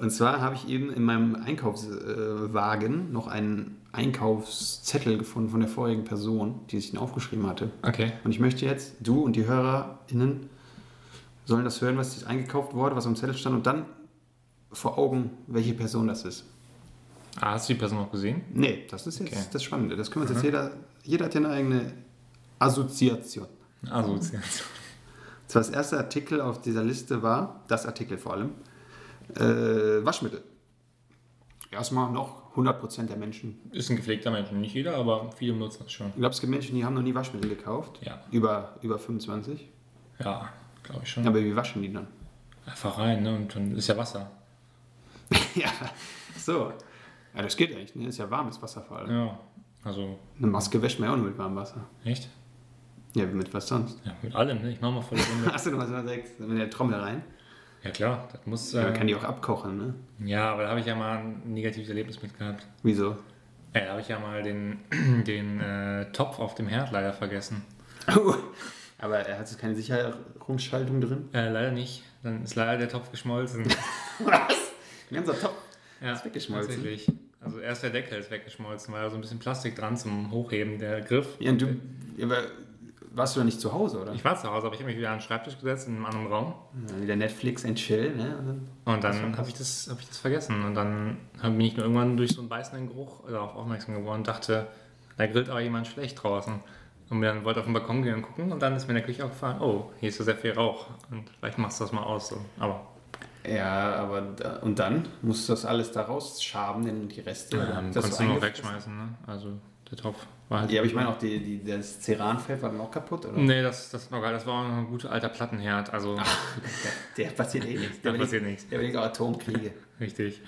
Speaker 1: und zwar habe ich eben in meinem Einkaufswagen noch einen Einkaufszettel gefunden von der vorigen Person, die sich den aufgeschrieben hatte.
Speaker 2: Okay.
Speaker 1: Und ich möchte jetzt, du und die HörerInnen sollen das hören, was eingekauft wurde, was am Zettel stand und dann vor Augen, welche Person das ist.
Speaker 2: Ah, hast du die Person auch gesehen?
Speaker 1: Nee, das ist jetzt
Speaker 2: Okay.
Speaker 1: das Spannende. Das können wir uns jetzt jeder, jeder hat ja eine eigene Assoziation.
Speaker 2: Also, ja.
Speaker 1: Und Zwar das erste Artikel auf dieser Liste war, das Artikel vor allem, äh, Waschmittel. Erstmal noch 100% der Menschen.
Speaker 2: ist ein gepflegter Mensch. Nicht jeder, aber viele nutzen das schon.
Speaker 1: Ich glaube, es gibt Menschen, die haben noch nie Waschmittel gekauft.
Speaker 2: Ja.
Speaker 1: Über, über 25.
Speaker 2: Ja, glaube ich schon.
Speaker 1: Aber wie waschen die dann?
Speaker 2: Einfach rein, ne? Und dann ist ja Wasser.
Speaker 1: ja, so. Ja, das geht echt, ne? Ist ja warmes Wasser vor allem.
Speaker 2: Ja. Also,
Speaker 1: Eine Maske wäscht man ja auch nur mit warmem Wasser.
Speaker 2: echt?
Speaker 1: Ja, mit was sonst?
Speaker 2: Ja, mit allem, ne? Ich mache mal voll die Runde.
Speaker 1: Achso, du machst immer sechs mit der Trommel rein.
Speaker 2: ja, klar, das muss.
Speaker 1: Man
Speaker 2: Äh,
Speaker 1: kann die auch abkochen, ne?
Speaker 2: ja, aber da habe ich ja mal ein negatives Erlebnis mit gehabt.
Speaker 1: Wieso?
Speaker 2: Äh, da habe ich ja mal den, den äh, Topf auf dem Herd leider vergessen.
Speaker 1: Aber er hat jetzt keine Sicherungsschaltung drin.
Speaker 2: Äh, leider nicht. Dann ist leider der Topf geschmolzen.
Speaker 1: Was? Ein ganzer Topf.
Speaker 2: Ja,
Speaker 1: Ist weggeschmolzen?
Speaker 2: Tatsächlich. Also erst der Deckel ist weggeschmolzen, weil da so ein bisschen Plastik dran zum Hochheben, der Griff.
Speaker 1: Ja, und du, aber warst du da nicht zu Hause, oder?
Speaker 2: Ich war zu Hause, aber ich habe mich wieder an den Schreibtisch gesetzt in einem anderen Raum.
Speaker 1: Ja, wieder Netflix and Chill, ne? Und dann-
Speaker 2: Und dann habe ich, das- hab ich das vergessen. Und dann hab- bin ich nur irgendwann durch so einen beißenden Geruch äh, darauf aufmerksam geworden und dachte, da grillt aber jemand schlecht draußen. Und mir dann wollte auf den Balkon gehen und gucken und dann ist mir in der Küche aufgefallen, oh, hier ist ja sehr viel Rauch. Und vielleicht machst du das mal aus. So. Aber
Speaker 1: Ja, aber da, und dann musst du das alles da rausschaben, denn die Reste. oder?
Speaker 2: ähm,
Speaker 1: Das
Speaker 2: konntest
Speaker 1: so
Speaker 2: du nur
Speaker 1: eingefroren?
Speaker 2: wegschmeißen, ne? Also der Topf war halt.
Speaker 1: Ja, aber ich meine auch, die, die, das Ceranfeld war dann auch kaputt, oder?
Speaker 2: Nee, das, das war geil. Das war ein guter alter Plattenherd. Also
Speaker 1: Der passiert eh nichts. Der
Speaker 2: Da passiert
Speaker 1: überlebt-
Speaker 2: nichts.
Speaker 1: Der überlegt auch Atomkriege.
Speaker 2: richtig.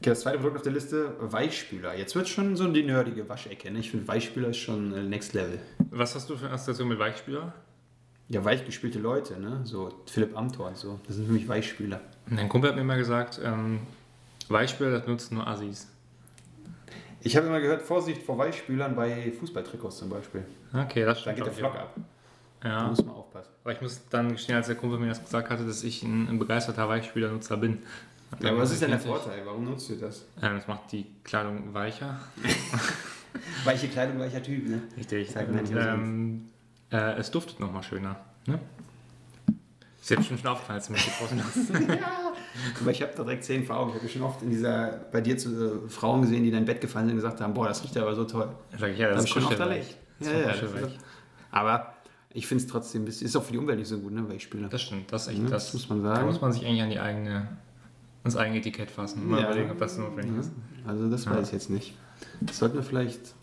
Speaker 1: Okay, das zweite Produkt auf der Liste, Weichspüler. Jetzt wird schon so die nerdige Waschecke. Ne? Ich finde, Weichspüler ist schon äh, Next Level.
Speaker 2: Was hast du für eine Assoziation mit Weichspüler?
Speaker 1: Ja, weichgespülte Leute, ne? So Philipp Amthor und so. Das sind für mich Weichspüler.
Speaker 2: Mein Kumpel hat mir immer gesagt, ähm, Weichspüler, das nutzen nur Assis.
Speaker 1: Ich habe immer gehört, Vorsicht vor Weichspülern bei Fußballtrikots zum Beispiel.
Speaker 2: Okay, das
Speaker 1: Da
Speaker 2: stimmt.
Speaker 1: geht der
Speaker 2: auch
Speaker 1: Flock
Speaker 2: wieder.
Speaker 1: ab. Da
Speaker 2: Ja,
Speaker 1: muss man aufpassen.
Speaker 2: aber ich muss dann gestehen, als der Kumpel mir das gesagt hatte, dass ich ein, ein begeisterter Weichspülernutzer bin.
Speaker 1: Ja, aber was ist denn der
Speaker 2: Ähm,
Speaker 1: Vorteil? Warum nutzt ihr das?
Speaker 2: das macht die Kleidung weicher.
Speaker 1: Weiche Kleidung, weicher Typ, ne?
Speaker 2: Richtig.
Speaker 1: Sagt man nicht
Speaker 2: Und, ähm, äh, es duftet nochmal schöner. Ne? Ist ja bestimmt schon aufgefallen, als du mich getroffen hast.
Speaker 1: Aber ich habe da direkt zehn vor Augen. Ich habe schon oft in dieser, bei dir zu äh, Frauen gesehen, die in dein Bett gefallen sind und gesagt haben, boah, das riecht aber so toll.
Speaker 2: Da sag ich, ja,
Speaker 1: Das
Speaker 2: das
Speaker 1: ist schon auf der
Speaker 2: kuschelig.
Speaker 1: Lech.
Speaker 2: Das halt.
Speaker 1: Ja,
Speaker 2: ist
Speaker 1: ja, das
Speaker 2: kuschelig.
Speaker 1: ist auch- aber ich finde es trotzdem, ein bisschen- ist auch für die Umwelt nicht so gut, ne, weil ich spiele.
Speaker 2: Das stimmt, das ist
Speaker 1: Ja,
Speaker 2: echt, das,
Speaker 1: das muss man
Speaker 2: Da
Speaker 1: sagen.
Speaker 2: muss man sich eigentlich an die eigene, ans eigene Etikett fassen. Mal
Speaker 1: Ja.
Speaker 2: überlegen, ob das notwendig ist.
Speaker 1: Also das
Speaker 2: Ja.
Speaker 1: weiß ich jetzt nicht. Das sollten wir vielleicht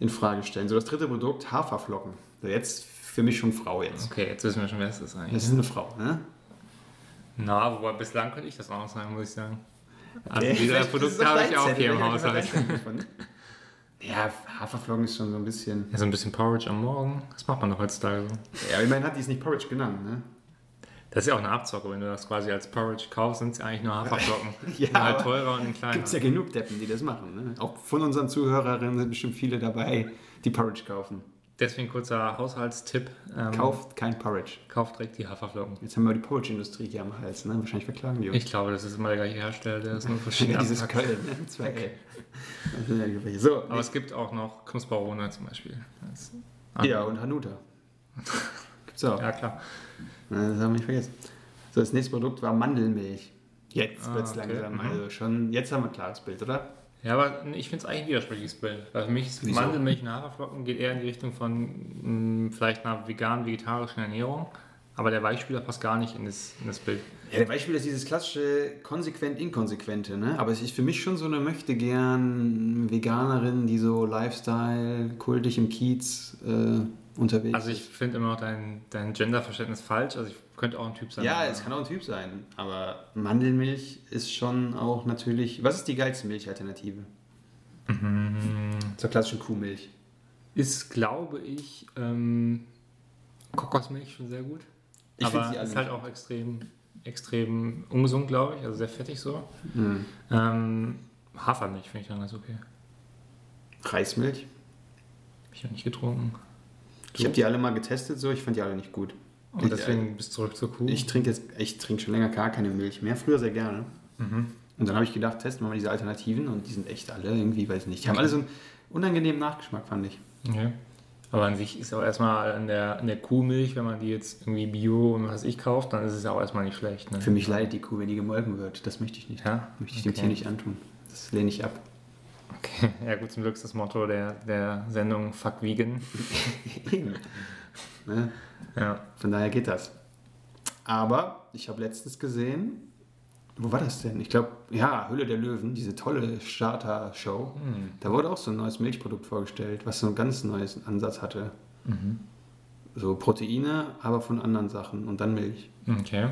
Speaker 1: in Frage stellen. So, das dritte Produkt, Haferflocken. So, jetzt für mich schon Frau jetzt.
Speaker 2: Okay, jetzt wissen wir schon, wer es ist eigentlich.
Speaker 1: Das ist eine Frau, ne?
Speaker 2: Na, wobei bislang könnte ich das auch noch sagen, muss ich sagen. Also
Speaker 1: Ja,
Speaker 2: diese
Speaker 1: vielleicht ist
Speaker 2: Produkte
Speaker 1: das
Speaker 2: habe ich
Speaker 1: dein
Speaker 2: auch
Speaker 1: Zettel,
Speaker 2: hier im
Speaker 1: vielleicht hat
Speaker 2: Haushalt.
Speaker 1: jemand dein Zettel gefunden. Ja, Haferflocken ist schon so ein bisschen.
Speaker 2: Ja, so ein bisschen Porridge am Morgen, das macht man doch heutzutage so.
Speaker 1: Ja, aber immerhin hat die es nicht Porridge genannt, ne?
Speaker 2: Das ist ja auch eine Abzocke, wenn du das quasi als Porridge kaufst, sind es eigentlich nur Haferflocken.
Speaker 1: Ja,
Speaker 2: Nur halt
Speaker 1: aber
Speaker 2: teurer und in kleiner.
Speaker 1: Gibt es ja genug Deppen, die das machen. Ne? Auch von unseren Zuhörerinnen sind bestimmt viele dabei, die Porridge kaufen.
Speaker 2: Deswegen kurzer Haushaltstipp. Ähm,
Speaker 1: Kauft kein Porridge.
Speaker 2: Kauft direkt die Haferflocken.
Speaker 1: Jetzt haben wir die Porridge-Industrie hier am Hals. Ne? Wahrscheinlich verklagen die uns.
Speaker 2: Ich glaube, das ist immer der gleiche Hersteller, der das nur verschieden
Speaker 1: Ja, dieses
Speaker 2: anpackt.
Speaker 1: Köln. Ne? Zwei L. Das sind ja irgendwelche. So,
Speaker 2: Aber es gibt auch noch Knusperona zum Beispiel. Das-
Speaker 1: ja, und Hanuta. Gibt's auch.
Speaker 2: Ja, klar.
Speaker 1: Na, Das haben wir nicht vergessen. So, das nächste Produkt war Mandelmilch. Jetzt
Speaker 2: Ah,
Speaker 1: wird's
Speaker 2: okay.
Speaker 1: langsam.
Speaker 2: Mhm.
Speaker 1: Also schon, jetzt haben wir ein klares Bild, oder?
Speaker 2: Ja, aber ich finde es eigentlich ein widersprüchliches Bild. Weil für mich ist
Speaker 1: Wieso?
Speaker 2: Mandelmilch und Haferflocken geht eher in die Richtung von mh, vielleicht einer veganen, vegetarischen Ernährung. Aber der Weichspüler passt gar nicht in das, in das Bild.
Speaker 1: Ja, der Beispiel ist dieses klassische konsequent-inkonsequente, ne? Aber es ist für mich schon so eine möchte gern Veganerin, die so Lifestyle, kultig im Kiez äh, unterwegs
Speaker 2: Also ich finde immer noch dein, dein Genderverständnis falsch. Also ich könnte auch ein Typ sein.
Speaker 1: Ja,
Speaker 2: der-
Speaker 1: es kann auch ein Typ sein, aber Mandelmilch ist schon auch natürlich. Was ist die geilste Milchalternative?
Speaker 2: Mhm.
Speaker 1: Zur klassischen Kuhmilch.
Speaker 2: Ist, glaube ich, ähm, Kokosmilch schon sehr gut.
Speaker 1: Ich
Speaker 2: aber
Speaker 1: find sie alle
Speaker 2: ist halt
Speaker 1: nicht.
Speaker 2: auch extrem, extrem ungesund, glaube ich. Also sehr fettig so.
Speaker 1: Mhm.
Speaker 2: Ähm, Hafermilch finde ich dann ganz okay.
Speaker 1: Reismilch.
Speaker 2: Hab ich noch nicht getrunken.
Speaker 1: Ich habe die alle mal getestet, so ich fand die alle nicht gut.
Speaker 2: Und deswegen bis zurück zur Kuh.
Speaker 1: äh, Ich trinke jetzt, ich trinke schon länger gar keine Milch mehr. Früher sehr gerne.
Speaker 2: Mhm.
Speaker 1: Und dann habe ich gedacht, testen wir mal diese Alternativen und die sind echt alle irgendwie, weiß nicht. Die haben alle so einen unangenehmen Nachgeschmack, fand ich.
Speaker 2: Okay. Aber an sich ist auch erstmal in der, in der Kuhmilch, wenn man die jetzt irgendwie Bio und was weiß ich kauft, dann ist es ja auch erstmal nicht schlecht. Ne?
Speaker 1: Für mich leidet die Kuh, wenn die gemolken wird. Das möchte ich nicht.
Speaker 2: Ja?
Speaker 1: Möchte ich dem
Speaker 2: Okay.
Speaker 1: Tier nicht antun. Das lehne ich ab.
Speaker 2: Okay. Ja, gut, zum Glück ist das Motto der, der Sendung Fuck Vegan.
Speaker 1: Eben. ne?
Speaker 2: Ja.
Speaker 1: Von daher geht das. Aber ich habe letztens gesehen, wo war das denn? Ich glaube, ja, Hülle der Löwen, diese tolle Starter-Show.
Speaker 2: Hm.
Speaker 1: Da wurde auch so ein neues Milchprodukt vorgestellt, was so einen ganz neues Ansatz hatte. Mhm. So Proteine, aber von anderen Sachen und dann Milch.
Speaker 2: Okay.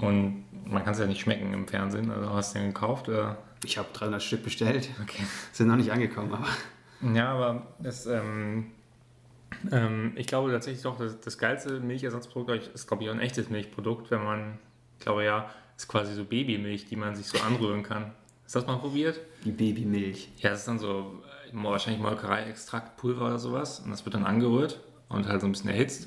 Speaker 2: Und man kann es ja nicht schmecken im Fernsehen. Also hast du den gekauft? Oder?
Speaker 1: Ich habe 300 Stück bestellt,
Speaker 2: Okay.
Speaker 1: sind noch nicht angekommen, aber
Speaker 2: Ja, aber es, ähm, ähm, ich glaube tatsächlich doch, das, das geilste Milchersatzprodukt glaub ich, ist, glaube ich, auch ein echtes Milchprodukt, wenn man, ich glaube ja, ist quasi so Babymilch, die man sich so anrühren kann. Hast du das mal probiert?
Speaker 1: die Babymilch.
Speaker 2: Ja, das ist dann so äh, wahrscheinlich Molkerei-Extrakt, Pulver oder sowas. Und das wird dann angerührt und halt so ein bisschen erhitzt.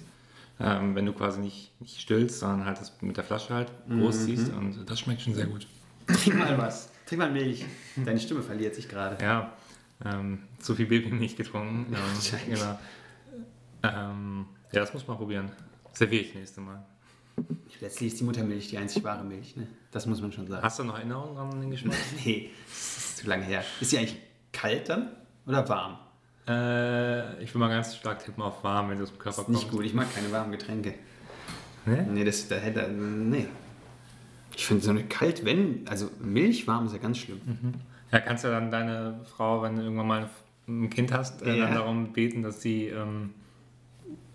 Speaker 2: Ähm, wenn du quasi nicht, nicht stillst, sondern halt das mit der Flasche halt groß ziehst. Und das schmeckt schon sehr gut.
Speaker 1: Trink mal was. Trink mal Milch. Deine Stimme verliert sich gerade.
Speaker 2: Ja, ähm, zu viel Babymilch getrunken. Ähm,
Speaker 1: Wahrscheinlich.
Speaker 2: genau. ähm, ja, das muss man probieren. Serviere ich nächstes Mal.
Speaker 1: Letztlich ist die Muttermilch die einzig wahre Milch, ne? Das muss man schon sagen.
Speaker 2: Hast du noch Erinnerungen an den Geschmack?
Speaker 1: Nee, das ist zu lange her. Ist sie eigentlich kalt dann oder warm?
Speaker 2: äh, ich will mal ganz stark tippen auf warm, wenn du aus dem Körper
Speaker 1: Ist
Speaker 2: kommst.
Speaker 1: nicht gut, ich mag keine warmen Getränke.
Speaker 2: Ne?
Speaker 1: Nee, das da hätte. Nee. Ich finde so eine kalt, wenn. Also Milch warm ist ja ganz schlimm.
Speaker 2: Ja, kannst ja dann deine Frau, wenn du irgendwann mal ein Kind hast, äh,
Speaker 1: Ja.
Speaker 2: dann darum beten, dass sie ähm,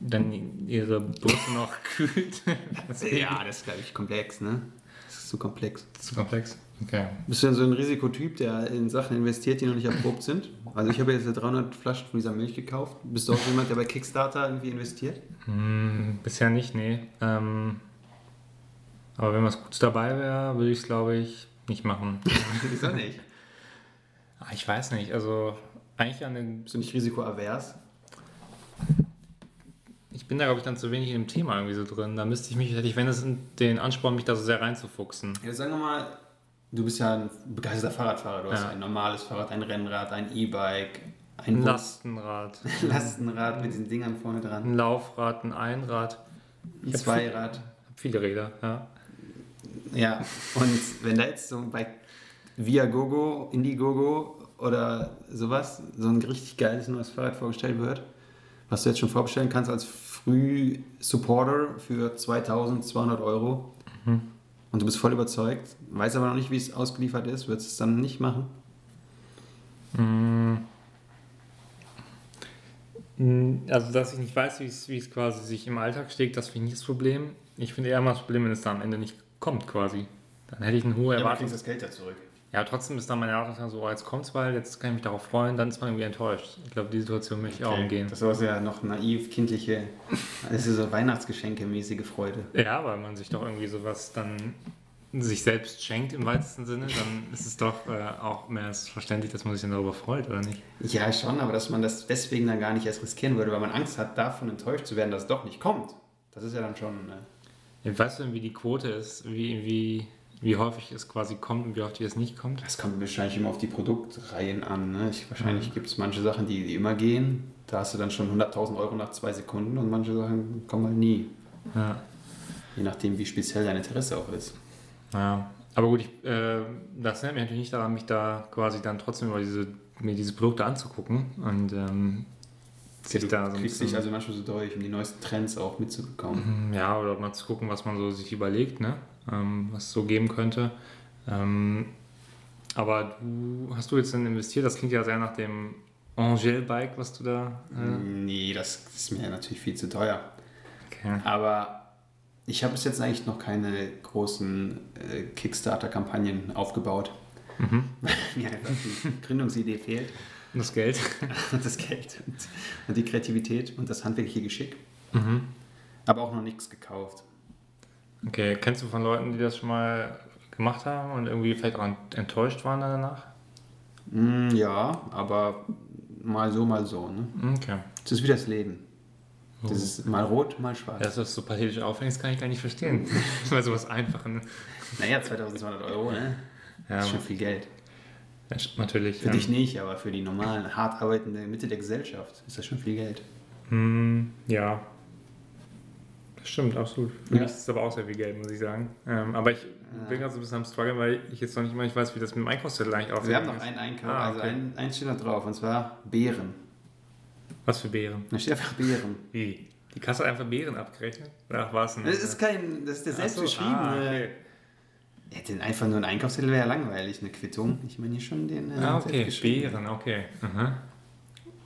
Speaker 2: dann ihre Brust noch kühlt. das ist
Speaker 1: Ja, das ist, glaube ich, komplex, ne? Das ist zu komplex.
Speaker 2: zu komplex. Okay.
Speaker 1: Bist du denn so ein Risikotyp, der in Sachen investiert, die noch nicht erprobt sind? Also ich habe jetzt 300 Flaschen von dieser Milch gekauft. Bist du auch jemand, der bei Kickstarter irgendwie investiert?
Speaker 2: Hm, bisher nicht, nee. Ähm, aber wenn was Gutes dabei wäre, würde ich es, glaube ich, nicht machen.
Speaker 1: Wieso nicht?
Speaker 2: Ah, ich weiß nicht, also eigentlich an den,
Speaker 1: Bist du nicht risikoavers?
Speaker 2: ich bin da, glaube ich, dann zu wenig in dem Thema irgendwie so drin. Da müsste ich mich, hätte ich, wenn es den Ansporn, mich da so sehr reinzufuchsen.
Speaker 1: Ja, sagen wir mal, du bist ja ein begeisterter Fahrradfahrer. Du hast
Speaker 2: Ja.
Speaker 1: ein normales Fahrrad, ein Rennrad, ein E-Bike, ein
Speaker 2: Ein
Speaker 1: Lastenrad.
Speaker 2: Lastenrad,
Speaker 1: Lastenrad mit diesen Dingern vorne dran,
Speaker 2: ein Laufrad, ein Einrad.
Speaker 1: ein Zweirad.
Speaker 2: Viele Räder, ja.
Speaker 1: Ja, und wenn da jetzt so bei Viagogo, Indiegogo oder sowas so ein richtig geiles neues Fahrrad vorgestellt wird, was du jetzt schon vorbestellen kannst als Früh-Supporter für 2200 Euro
Speaker 2: Mhm.
Speaker 1: und du bist voll überzeugt, weißt aber noch nicht, wie es ausgeliefert ist, würdest du es dann nicht machen?
Speaker 2: Mm, Also, dass ich nicht weiß, wie es, wie es quasi sich im Alltag schlägt, das finde ich nicht das Problem. Ich finde eher mal das Problem, wenn es da am Ende nicht kommt, quasi. Dann hätte ich eine hohe Erwartung.
Speaker 1: das Geld ja zurück.
Speaker 2: Ja, trotzdem ist dann meine Erwartung so, oh, jetzt kommt's bald, jetzt kann ich mich darauf freuen, dann ist man irgendwie enttäuscht. Ich glaube, die Situation möchte ich auch umgehen.
Speaker 1: Das war ja noch naiv, kindliche, das ist so Weihnachtsgeschenke-mäßige Freude.
Speaker 2: Ja, weil man sich doch irgendwie sowas dann sich selbst schenkt im weitesten Sinne, dann ist es doch äh, auch mehr als verständlich, dass man sich dann darüber freut, oder nicht?
Speaker 1: Ja, schon, aber dass man das deswegen dann gar nicht erst riskieren würde, weil man Angst hat, davon enttäuscht zu werden, dass es doch nicht kommt. Das ist ja dann schon. Äh,
Speaker 2: Ja, Weißt du denn, wie die Quote ist, wie, wie, wie häufig es quasi kommt und wie häufig es nicht kommt?
Speaker 1: Das kommt wahrscheinlich immer auf die Produktreihen an. Ne? Ich, wahrscheinlich gibt es manche Sachen, die, die immer gehen. Da hast du dann schon 100.000 Euro nach zwei Sekunden und manche Sachen kommen halt nie.
Speaker 2: Ja.
Speaker 1: Je nachdem, wie speziell dein Interesse auch ist.
Speaker 2: Ja, aber gut, ich, äh, das erinnert mich natürlich nicht daran, mich da quasi dann trotzdem über diese, mir diese Produkte anzugucken und ähm, sich
Speaker 1: Du
Speaker 2: da so ein
Speaker 1: kriegst
Speaker 2: bisschen,
Speaker 1: dich also manchmal so Mhm. durch, um die neuesten Trends auch mitzubekommen.
Speaker 2: ja, oder mal zu gucken, was man so sich überlegt, ne? ähm, was es so geben könnte. Ähm, aber du, hast du jetzt denn investiert? Das klingt ja sehr nach dem Angel-Bike, was du da... Äh,
Speaker 1: Nee, das ist mir natürlich viel zu teuer.
Speaker 2: okay.
Speaker 1: Aber ich habe bis jetzt eigentlich noch keine großen äh, Kickstarter-Kampagnen aufgebaut.
Speaker 2: Mhm.
Speaker 1: Weil mir einfach die Gründungsidee fehlt.
Speaker 2: Und das Geld?
Speaker 1: und das Geld und, und die Kreativität und das handwerkliche Geschick.
Speaker 2: Mhm.
Speaker 1: Aber auch noch nichts gekauft.
Speaker 2: Okay, kennst du von Leuten, die das schon mal gemacht haben und irgendwie vielleicht auch ent- enttäuscht waren danach?
Speaker 1: Mm, ja, aber mal so, mal so. Ne?
Speaker 2: Okay.
Speaker 1: Es ist wie das Leben.
Speaker 2: Oh.
Speaker 1: Das ist mal rot, mal schwarz.
Speaker 2: Dass du das so pathetisch aufhängst, kann ich gar nicht verstehen. Weil sowas Einfaches. Ne?
Speaker 1: Naja, 2200 Euro, ne?
Speaker 2: Ja,
Speaker 1: Das ist schon viel Geld.
Speaker 2: ja, natürlich.
Speaker 1: Für dich nicht, aber für die normalen, hart arbeitende Mitte der Gesellschaft ist das schon viel Geld.
Speaker 2: Hm, ja. Das stimmt, absolut. Für
Speaker 1: Ja.
Speaker 2: mich ist es aber auch sehr viel Geld, muss ich sagen. Ähm, aber ich bin gerade so ein bisschen am Struggle, weil ich jetzt noch nicht mal ich weiß, wie das mit dem Einkaufszettel eigentlich aussieht.
Speaker 1: Also Wir haben noch einen Einkauf,
Speaker 2: Ah,
Speaker 1: also
Speaker 2: okay.
Speaker 1: ein, ein steht noch drauf, und zwar Beeren.
Speaker 2: Was für Beeren?
Speaker 1: Da steht einfach Beeren.
Speaker 2: Wie? Die Kasse hat einfach Beeren abgerechnet? Ach, was denn?
Speaker 1: Das ist äh, kein, das ist der
Speaker 2: Ach so,
Speaker 1: selbstgeschriebene.
Speaker 2: ah, okay.
Speaker 1: Ja, denn einfach nur ein Einkaufszettel wäre ja langweilig, eine Quittung. Ich meine hier schon den. Äh,
Speaker 2: Ah, okay.
Speaker 1: selbstgeschriebenen.
Speaker 2: Beeren, okay. Mhm. Aha.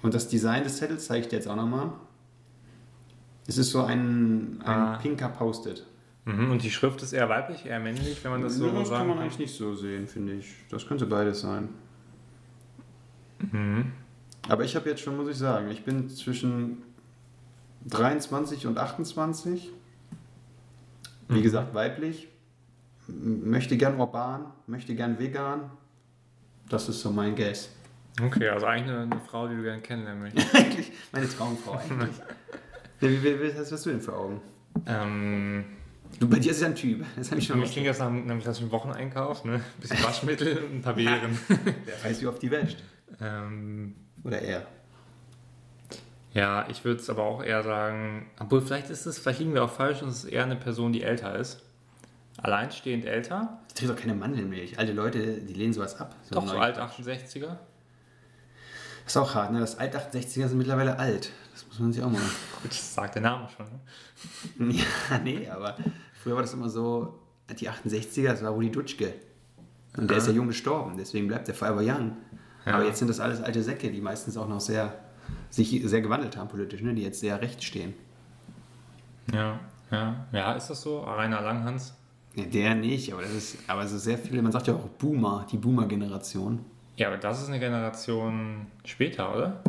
Speaker 1: Und das Design des Zettels zeige ich dir jetzt auch nochmal. Es ist so ein, ein
Speaker 2: Ah.
Speaker 1: pinker Post-it.
Speaker 2: Mhm. Und die Schrift ist eher weiblich, eher männlich, wenn man das so
Speaker 1: Ja,
Speaker 2: sagen kann.
Speaker 1: nicht so sehen, finde ich. Das könnte beides sein.
Speaker 2: Mhm.
Speaker 1: Aber ich habe jetzt schon, muss ich sagen, ich bin zwischen 23 und 28. Wie
Speaker 2: Mhm.
Speaker 1: gesagt, weiblich. M- Möchte gern urban, möchte gern vegan. Das ist so mein Guess.
Speaker 2: Okay, also eigentlich eine, eine Frau, die du gerne kennenlernen möchtest.
Speaker 1: eigentlich meine Traumfrau eigentlich. Nee, wie, wie, was hast du denn für Augen?
Speaker 2: Ähm,
Speaker 1: Du, bei dir ist ja ein Typ. Das habe ich
Speaker 2: für
Speaker 1: schon
Speaker 2: mich
Speaker 1: mal.
Speaker 2: klingt das nach einem nach einem klassischen Wocheneinkauf, ne? Ein bisschen Waschmittel und ein paar Beeren.
Speaker 1: Wer weiß, wie oft die wäscht.
Speaker 2: ähm,
Speaker 1: Oder er.
Speaker 2: ja, ich würde es aber auch eher sagen, obwohl vielleicht ist es, vielleicht liegen wir auch falsch und es ist eher eine Person, die älter ist. Alleinstehend älter,
Speaker 1: Ich trinke doch keine Mandelmilch. Alte Leute, die lehnen sowas ab. So
Speaker 2: doch so
Speaker 1: neu.
Speaker 2: alt 68er.
Speaker 1: Ist auch hart, ne? Das alt 68er sind mittlerweile alt. Das muss man sich auch mal.
Speaker 2: Gut, das sagt der Name schon. Ne?
Speaker 1: ja, nee, aber früher war das immer so, die 68er, das war Rudi Dutschke. Und der ist ja jung gestorben, deswegen bleibt der Forever Young.
Speaker 2: Ja.
Speaker 1: Aber jetzt sind das alles alte Säcke, die meistens auch noch sehr, sich sehr gewandelt haben politisch, ne? die jetzt sehr rechts stehen.
Speaker 2: Ja, ja. Ja, ist das so? Rainer Langhans?
Speaker 1: Ja, der nicht, aber das ist, aber so sehr viele, man sagt ja auch Boomer, die Boomer-Generation.
Speaker 2: Ja, aber das ist eine Generation später, oder?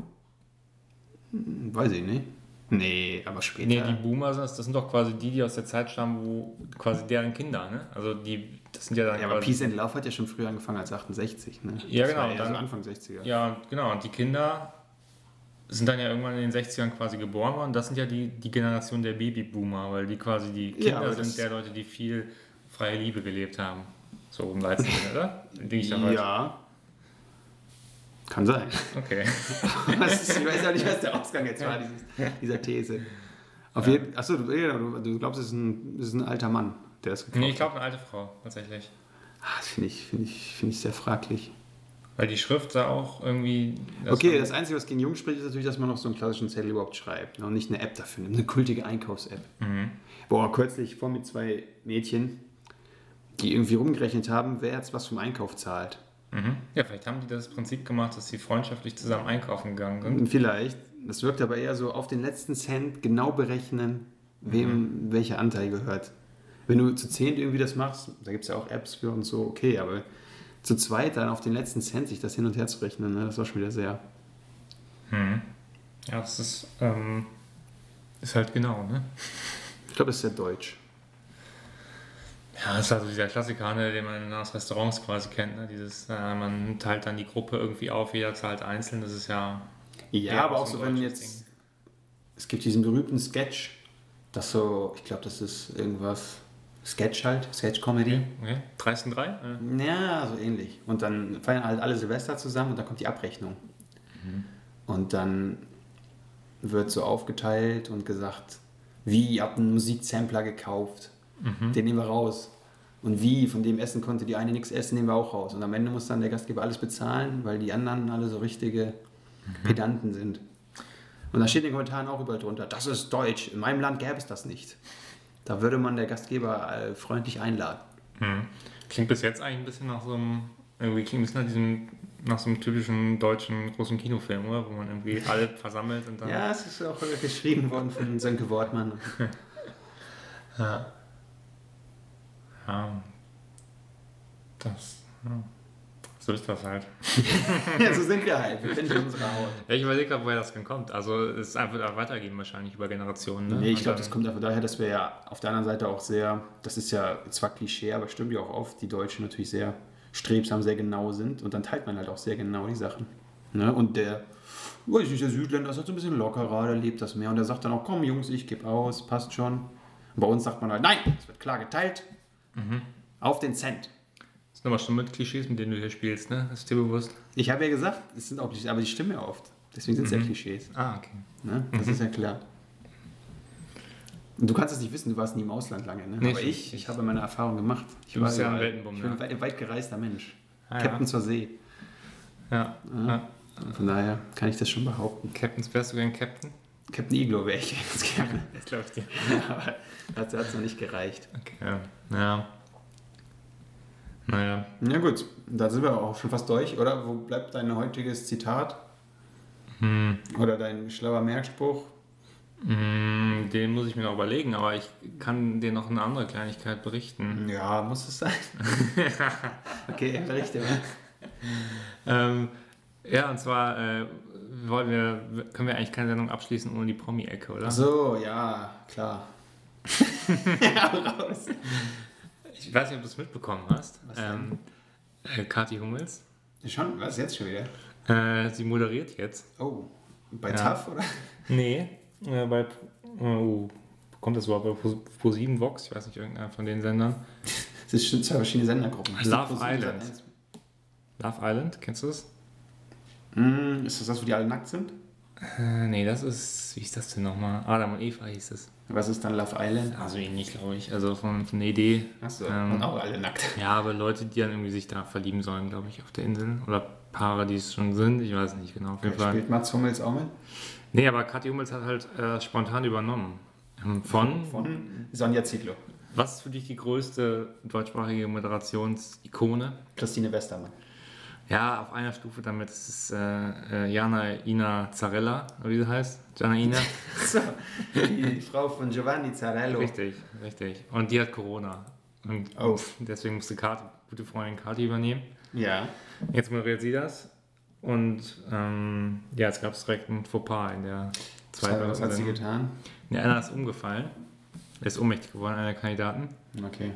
Speaker 1: Hm, Weiß ich nicht. Nee, aber später.
Speaker 2: Nee, die Boomer sind das, das sind doch quasi die, die aus der Zeit stammen, wo quasi deren Kinder, ne? Also die, das sind ja dann
Speaker 1: ja, aber
Speaker 2: quasi-
Speaker 1: Peace and Love hat ja schon früher angefangen als 68, ne?
Speaker 2: Ja,
Speaker 1: Das
Speaker 2: genau,
Speaker 1: war eher
Speaker 2: dann-
Speaker 1: so Anfang 60er.
Speaker 2: Ja, genau. Und die Kinder sind dann ja irgendwann in den 60ern quasi geboren worden. Das sind ja die, die Generation der Babyboomer, weil die quasi die
Speaker 1: Ja,
Speaker 2: Kinder
Speaker 1: aber das-
Speaker 2: sind der Leute, die viel freie Liebe gelebt haben. So um 13, oder? Denke ich doch heute.
Speaker 1: Ja. Kann sein.
Speaker 2: Okay.
Speaker 1: Was ist, ich weiß auch nicht, was der Ausgang jetzt war, dieses, dieser These. Auf jeden, achso, du, ja, du, du glaubst, es ist, ein, es ist ein alter Mann, der das gekauft
Speaker 2: Nee, ich glaube eine alte Frau, tatsächlich.
Speaker 1: hat. Ah, Das finde ich, finde ich, finde ich sehr fraglich.
Speaker 2: Weil die Schrift sah auch irgendwie. das
Speaker 1: okay,
Speaker 2: war-
Speaker 1: das Einzige, was gegen Jung spricht, ist natürlich, dass man noch so einen klassischen Zettel überhaupt schreibt ne, und nicht eine App dafür nimmt, eine kultige Einkaufs-App.
Speaker 2: Mhm.
Speaker 1: Boah, kürzlich vor mir zwei Mädchen, die irgendwie rumgerechnet haben, wer jetzt was vom Einkauf zahlt.
Speaker 2: Mhm. Ja, vielleicht haben die das Prinzip gemacht, dass sie freundschaftlich zusammen einkaufen gegangen sind.
Speaker 1: Vielleicht. Das wirkt aber eher so auf den letzten Cent genau berechnen,
Speaker 2: Mhm.
Speaker 1: wem welcher Anteil gehört. Wenn du zu zehn irgendwie das machst, da gibt es ja auch Apps für und so, okay, aber zu zweit dann auf den letzten Cent sich das hin und her zu rechnen, ne, das war schon wieder sehr.
Speaker 2: Ja, das ist, ähm, ist halt genau, ne?
Speaker 1: Ich glaube, das ist sehr deutsch.
Speaker 2: Ja, das ist also dieser Klassiker, ne, den man aus Restaurants quasi kennt. Ne? Dieses, äh, man teilt dann die Gruppe irgendwie auf, jeder zahlt einzeln. Das ist ja.
Speaker 1: Ja,
Speaker 2: Ja,
Speaker 1: aber auch
Speaker 2: so
Speaker 1: so,
Speaker 2: ein
Speaker 1: wenn
Speaker 2: deutsches
Speaker 1: jetzt. Es gibt diesen berühmten Sketch, das so, ich glaube, das ist irgendwas. Sketch halt, Sketch-Comedy.
Speaker 2: Okay. 13 3? Äh,
Speaker 1: Ja, so ähnlich. Und dann feiern halt alle Silvester zusammen und dann kommt die Abrechnung. Und dann wird so aufgeteilt und gesagt, wie, ihr habt einen Musiksampler gekauft, den nehmen wir raus. Und wie, von dem Essen konnte die eine nichts essen, nehmen wir auch raus. Und am Ende muss dann der Gastgeber alles bezahlen, weil die anderen alle so richtige Pedanten sind. Und da steht in den Kommentaren auch überall drunter, das ist deutsch, in meinem Land gäbe es das nicht. Da würde man der Gastgeber äh, freundlich einladen.
Speaker 2: Hm. Klingt bis jetzt eigentlich ein bisschen nach so einem, irgendwie klingt ein bisschen nach diesem, nach so einem typischen deutschen großen Kinofilm, oder? Wo man irgendwie alle versammelt und dann.
Speaker 1: Ja, es ist auch geschrieben worden von Sönke Wortmann.
Speaker 2: Ja. ja. Das. Ja. So ist das halt.
Speaker 1: ja, so sind wir halt. Wir sind in unserer Haut.
Speaker 2: Ja, ich überlege gerade, woher das denn kommt. Also es ist einfach auch weitergehen wahrscheinlich über Generationen. Ne?
Speaker 1: Nee, ich
Speaker 2: Und
Speaker 1: glaube,
Speaker 2: dann-
Speaker 1: das kommt einfach daher, dass wir ja auf der anderen Seite auch sehr, das ist ja zwar Klischee, aber stimmt ja auch oft, die Deutschen natürlich sehr strebsam, sehr genau sind und dann teilt man halt auch sehr genau die Sachen. Ne? Und der, weiß ich nicht, der Südländer ist halt so ein bisschen lockerer, der lebt das mehr und der sagt dann auch, komm Jungs, ich gebe aus, passt schon. Und bei uns sagt man halt, nein, es wird klar geteilt, auf den Cent.
Speaker 2: Das ist nochmal schon mit Klischees, mit denen du hier spielst, ne? Ist dir bewusst?
Speaker 1: Ich habe ja gesagt, es sind auch Klischees, aber die stimmen ja oft. Deswegen sind es ja Klischees.
Speaker 2: Ah, okay.
Speaker 1: Ne? Das ist ja klar. Und du kannst es nicht wissen, du warst nie im Ausland lange. Ne?
Speaker 2: Nee,
Speaker 1: Aber
Speaker 2: ich-
Speaker 1: ich, ich habe meine Erfahrung gemacht. Ich
Speaker 2: Du bist ja ein
Speaker 1: überall.
Speaker 2: Weltenbummler.
Speaker 1: Ich bin ein weit, weit gereister Mensch.
Speaker 2: Ah,
Speaker 1: Captain
Speaker 2: ja.
Speaker 1: zur See.
Speaker 2: Ja. ja.
Speaker 1: Von daher kann ich das schon behaupten.
Speaker 2: Captains, wärst du gern Captain?
Speaker 1: Captain Iglo wäre ich ganz gerne.
Speaker 2: Das glaube ich dir.
Speaker 1: Aber dazu hat es noch nicht gereicht.
Speaker 2: Okay. Ja. ja. Naja.
Speaker 1: Na gut, da sind wir auch schon fast durch, oder? Wo bleibt dein heutiges Zitat?
Speaker 2: Hm.
Speaker 1: Oder dein schlauer Merkspruch?
Speaker 2: Mm, Den muss ich mir noch überlegen, aber ich kann dir noch eine andere Kleinigkeit berichten.
Speaker 1: Ja, muss es sein. okay, berichte mal.
Speaker 2: Ähm, ja, und zwar äh, wollen wir, können wir eigentlich keine Sendung abschließen ohne die Promi-Ecke, oder?
Speaker 1: Ach so, ja, klar. ja, raus.
Speaker 2: Ich weiß nicht, ob du es mitbekommen hast.
Speaker 1: Was
Speaker 2: Ähm, äh, Kathi Hummels,
Speaker 1: Schon, was jetzt schon wieder?
Speaker 2: äh, sie moderiert jetzt.
Speaker 1: Oh, bei
Speaker 2: Ja.
Speaker 1: TAF oder?
Speaker 2: Nee, äh, bei, oh, kommt das überhaupt bei Pro7 Vox? Ich weiß nicht, irgendeiner von den Sendern.
Speaker 1: Das sind zwei verschiedene Sendergruppen. Ist
Speaker 2: Love
Speaker 1: das ProSieben
Speaker 2: Island.
Speaker 1: Sat.1?
Speaker 2: Love Island, kennst du das?
Speaker 1: Mm, ist das das, wo die alle nackt sind?
Speaker 2: Äh, nee, das ist, wie ist das denn nochmal? Adam und Eva hieß es.
Speaker 1: Was ist dann Love Island?
Speaker 2: Also ähnlich, glaube ich. Also von, von der Idee.
Speaker 1: Achso,
Speaker 2: Ähm.
Speaker 1: und auch alle nackt.
Speaker 2: Ja, aber Leute, die dann irgendwie sich da verlieben sollen, glaube ich, auf der Insel. Oder Paare, die es schon sind. Ich weiß nicht genau. Auf jeden Fall.
Speaker 1: Spielt Mats Hummels auch mit?
Speaker 2: Nee, aber Kathi Hummels hat halt äh, spontan übernommen. Ähm, Von,
Speaker 1: Von Sonja Zietlow.
Speaker 2: was ist für dich die größte deutschsprachige Moderationsikone?
Speaker 1: Christine Westermann.
Speaker 2: Ja, auf einer Stufe damit ist es äh, äh, Jana Ina Zarella, oder wie sie heißt. Jana Ina.
Speaker 1: So, die Frau von Giovanni Zarello.
Speaker 2: Richtig, richtig. Und die hat Corona. Und
Speaker 1: Oh.
Speaker 2: deswegen musste Kathi, gute Freundin Kathi übernehmen.
Speaker 1: Ja.
Speaker 2: Jetzt moderiert sie das. Und ähm, ja, es gab direkt ein Fauxpas in der zweiten
Speaker 1: Was hat sie
Speaker 2: Runde.
Speaker 1: getan?
Speaker 2: Ja, einer ist umgefallen. Er ist ohnmächtig geworden, einer der Kandidaten.
Speaker 1: Okay.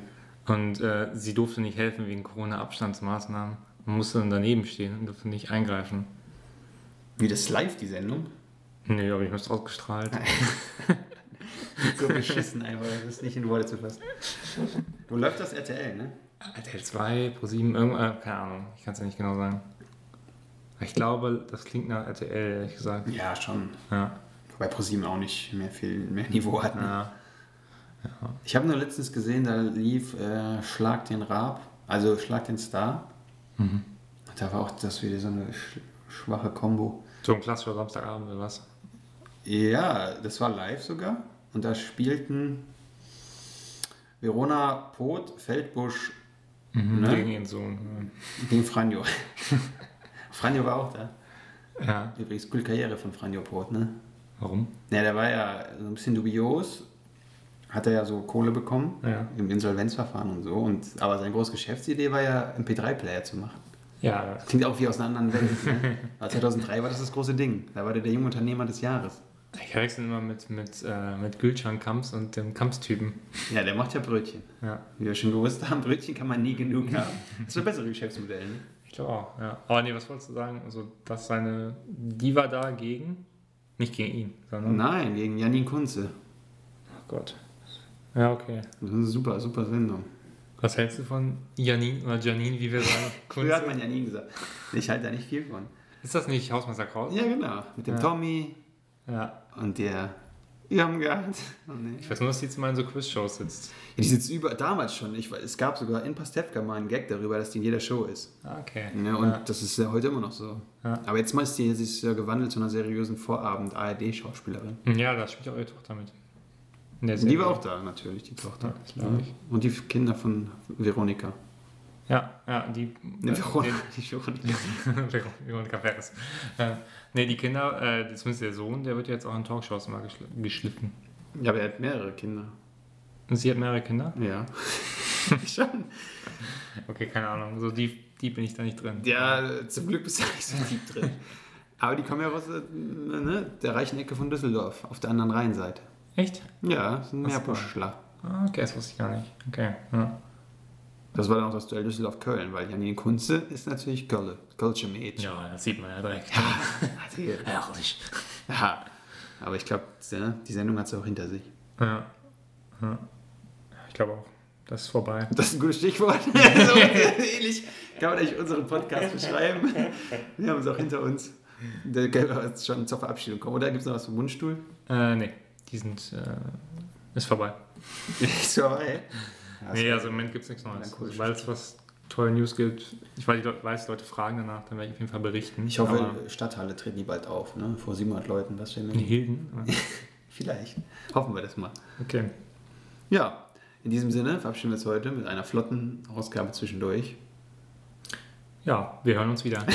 Speaker 2: Und äh, sie durfte nicht helfen wegen Corona-Abstandsmaßnahmen. Man musste dann daneben stehen und durfte nicht eingreifen.
Speaker 1: Wie das live, die Sendung?
Speaker 2: Nö, aber ich hab's ausgestrahlt.
Speaker 1: So beschissen einfach, das ist nicht in Worte zu fassen. Wo läuft das RTL, ne?
Speaker 2: RTL 2, Pro 7, irgendwann, äh, keine Ahnung, ich kann es ja nicht genau sagen. Aber Ich glaube, das klingt nach RTL, ehrlich gesagt.
Speaker 1: Ja, schon.
Speaker 2: Ja.
Speaker 1: Wobei ProSieben auch nicht mehr viel mehr Niveau hat. Ne?
Speaker 2: ja.
Speaker 1: Ich habe nur letztens gesehen, da lief äh, Schlag den Raab, also Schlag den Star. Da war auch das wieder so eine sch schwache Kombo.
Speaker 2: So ein klassischer Samstagabend oder was?
Speaker 1: Ja, das war live sogar. Und da spielten Verona Poth, Feldbusch Ne?
Speaker 2: Gegen ihren Sohn.
Speaker 1: gegen Franjo. Franjo war auch da.
Speaker 2: Ja.
Speaker 1: Übrigens, coole Karriere von Franjo Poth, ne?
Speaker 2: Warum?
Speaker 1: Ja, der war ja so ein bisschen dubios. Hat er ja so Kohle bekommen
Speaker 2: Ja.
Speaker 1: im Insolvenzverfahren und so. Und, aber seine große Geschäftsidee war ja, einen MP3-Player zu machen.
Speaker 2: Ja.
Speaker 1: Klingt auch wie aus einer anderen Welt. Ne? Aber 2003 war das das große Ding. Da war der der junge Unternehmer des Jahres.
Speaker 2: Ich verwechsel immer mit, mit, äh, mit Gülcan Kamps und dem Kamps-Typen.
Speaker 1: Ja, der macht ja Brötchen.
Speaker 2: Ja,
Speaker 1: Wie wir schon gewusst haben, Brötchen kann man nie genug haben. Das ist ein besseres Geschäftsmodell. Ne?
Speaker 2: ich glaube auch. Ja. Aber nee, was wolltest du sagen? Also, dass seine Diva da gegen, nicht gegen ihn, sondern.
Speaker 1: Nein, gegen Janine Kunze.
Speaker 2: Oh Gott. Ja, okay.
Speaker 1: Das ist eine super, super Sendung.
Speaker 2: Was hältst du von Janine oder Janine, wie wir sagen?
Speaker 1: Früher
Speaker 2: Kunze?
Speaker 1: hat man Janine gesagt. Ich halte da nicht viel von.
Speaker 2: Ist das nicht Hausmeister Kraus?
Speaker 1: Ja, genau. Mit dem
Speaker 2: Ja.
Speaker 1: Tommy
Speaker 2: Ja.
Speaker 1: und der Irmgard. Oh, nee.
Speaker 2: Ich weiß nur, dass die jetzt mal in so Quiz-Shows sitzt.
Speaker 1: Die sitzt über, damals schon. Ich, weiß- es gab sogar in Pastewka mal einen Gag darüber, dass die in jeder Show ist.
Speaker 2: Ah, okay.
Speaker 1: Ja, und
Speaker 2: Ja.
Speaker 1: das ist ja heute immer noch so.
Speaker 2: Ja.
Speaker 1: Aber jetzt mal ist die sie ist ja gewandelt zu einer seriösen Vorabend-ARD-Schauspielerin.
Speaker 2: Ja, da spielt auch ihre Tochter mit. In der
Speaker 1: Die
Speaker 2: Serie.
Speaker 1: war auch da, natürlich, die Tochter.
Speaker 2: Ja, das glaub ich.
Speaker 1: Und die Kinder von Veronika.
Speaker 2: Ja, ja, die. äh,
Speaker 1: Ne, Veronika,
Speaker 2: Nee,
Speaker 1: die Veronika.
Speaker 2: Veronika Ferris. Äh, nee, die Kinder, äh, zumindest der Sohn, der wird jetzt auch in Talkshows mal geschl geschliffen.
Speaker 1: Ja, aber er hat mehrere Kinder.
Speaker 2: Und sie hat mehrere Kinder?
Speaker 1: Ja. Schon.
Speaker 2: Okay, keine Ahnung. So die, die bin ich da nicht drin.
Speaker 1: Ja, zum Glück bist du nicht so tief drin. Aber die kommen ja aus äh, ne, der reichen Ecke von Düsseldorf, auf der anderen Rheinseite.
Speaker 2: Echt?
Speaker 1: Ja, das ist ein
Speaker 2: Ach so.
Speaker 1: Meerbuschler.
Speaker 2: Ah, okay, das wusste ich gar nicht. Okay. Ja.
Speaker 1: Das war dann auch das Duell Düsseldorf-Köln, weil Janine Kunze ist natürlich Kölle. Kölsche Mädchen.
Speaker 2: ja, das sieht man ja direkt. Herrlich.
Speaker 1: Ja. Aber ich glaube, die Sendung hat sie auch hinter sich.
Speaker 2: Ja. ja. Ich glaube auch. Das ist vorbei.
Speaker 1: Das ist ein gutes Stichwort. so ähnlich kann man eigentlich unseren Podcast beschreiben. Wir haben es auch hinter uns. Da können wir jetzt schon zur Verabschiedung kommen. Oder gibt es noch was vom Mundstuhl?
Speaker 2: Äh, nee. Die sind. Äh, ist vorbei.
Speaker 1: Ist vorbei.
Speaker 2: Nee, also im Moment gibt es nichts Neues.
Speaker 1: Dann cool.
Speaker 2: Weil es was tolle News gibt. Ich weiß, die Leute- weiß, Leute fragen danach, dann werde ich auf jeden Fall berichten.
Speaker 1: Ich hoffe,
Speaker 2: Aber
Speaker 1: Stadthalle treten die bald auf, ne? Vor 700 Leuten, das wäre
Speaker 2: in
Speaker 1: mir.
Speaker 2: Hilden.
Speaker 1: Vielleicht. Hoffen wir das mal.
Speaker 2: Okay.
Speaker 1: Ja, in diesem Sinne verabschieden wir uns heute mit einer flotten Ausgabe zwischendurch.
Speaker 2: Ja, wir hören uns wieder.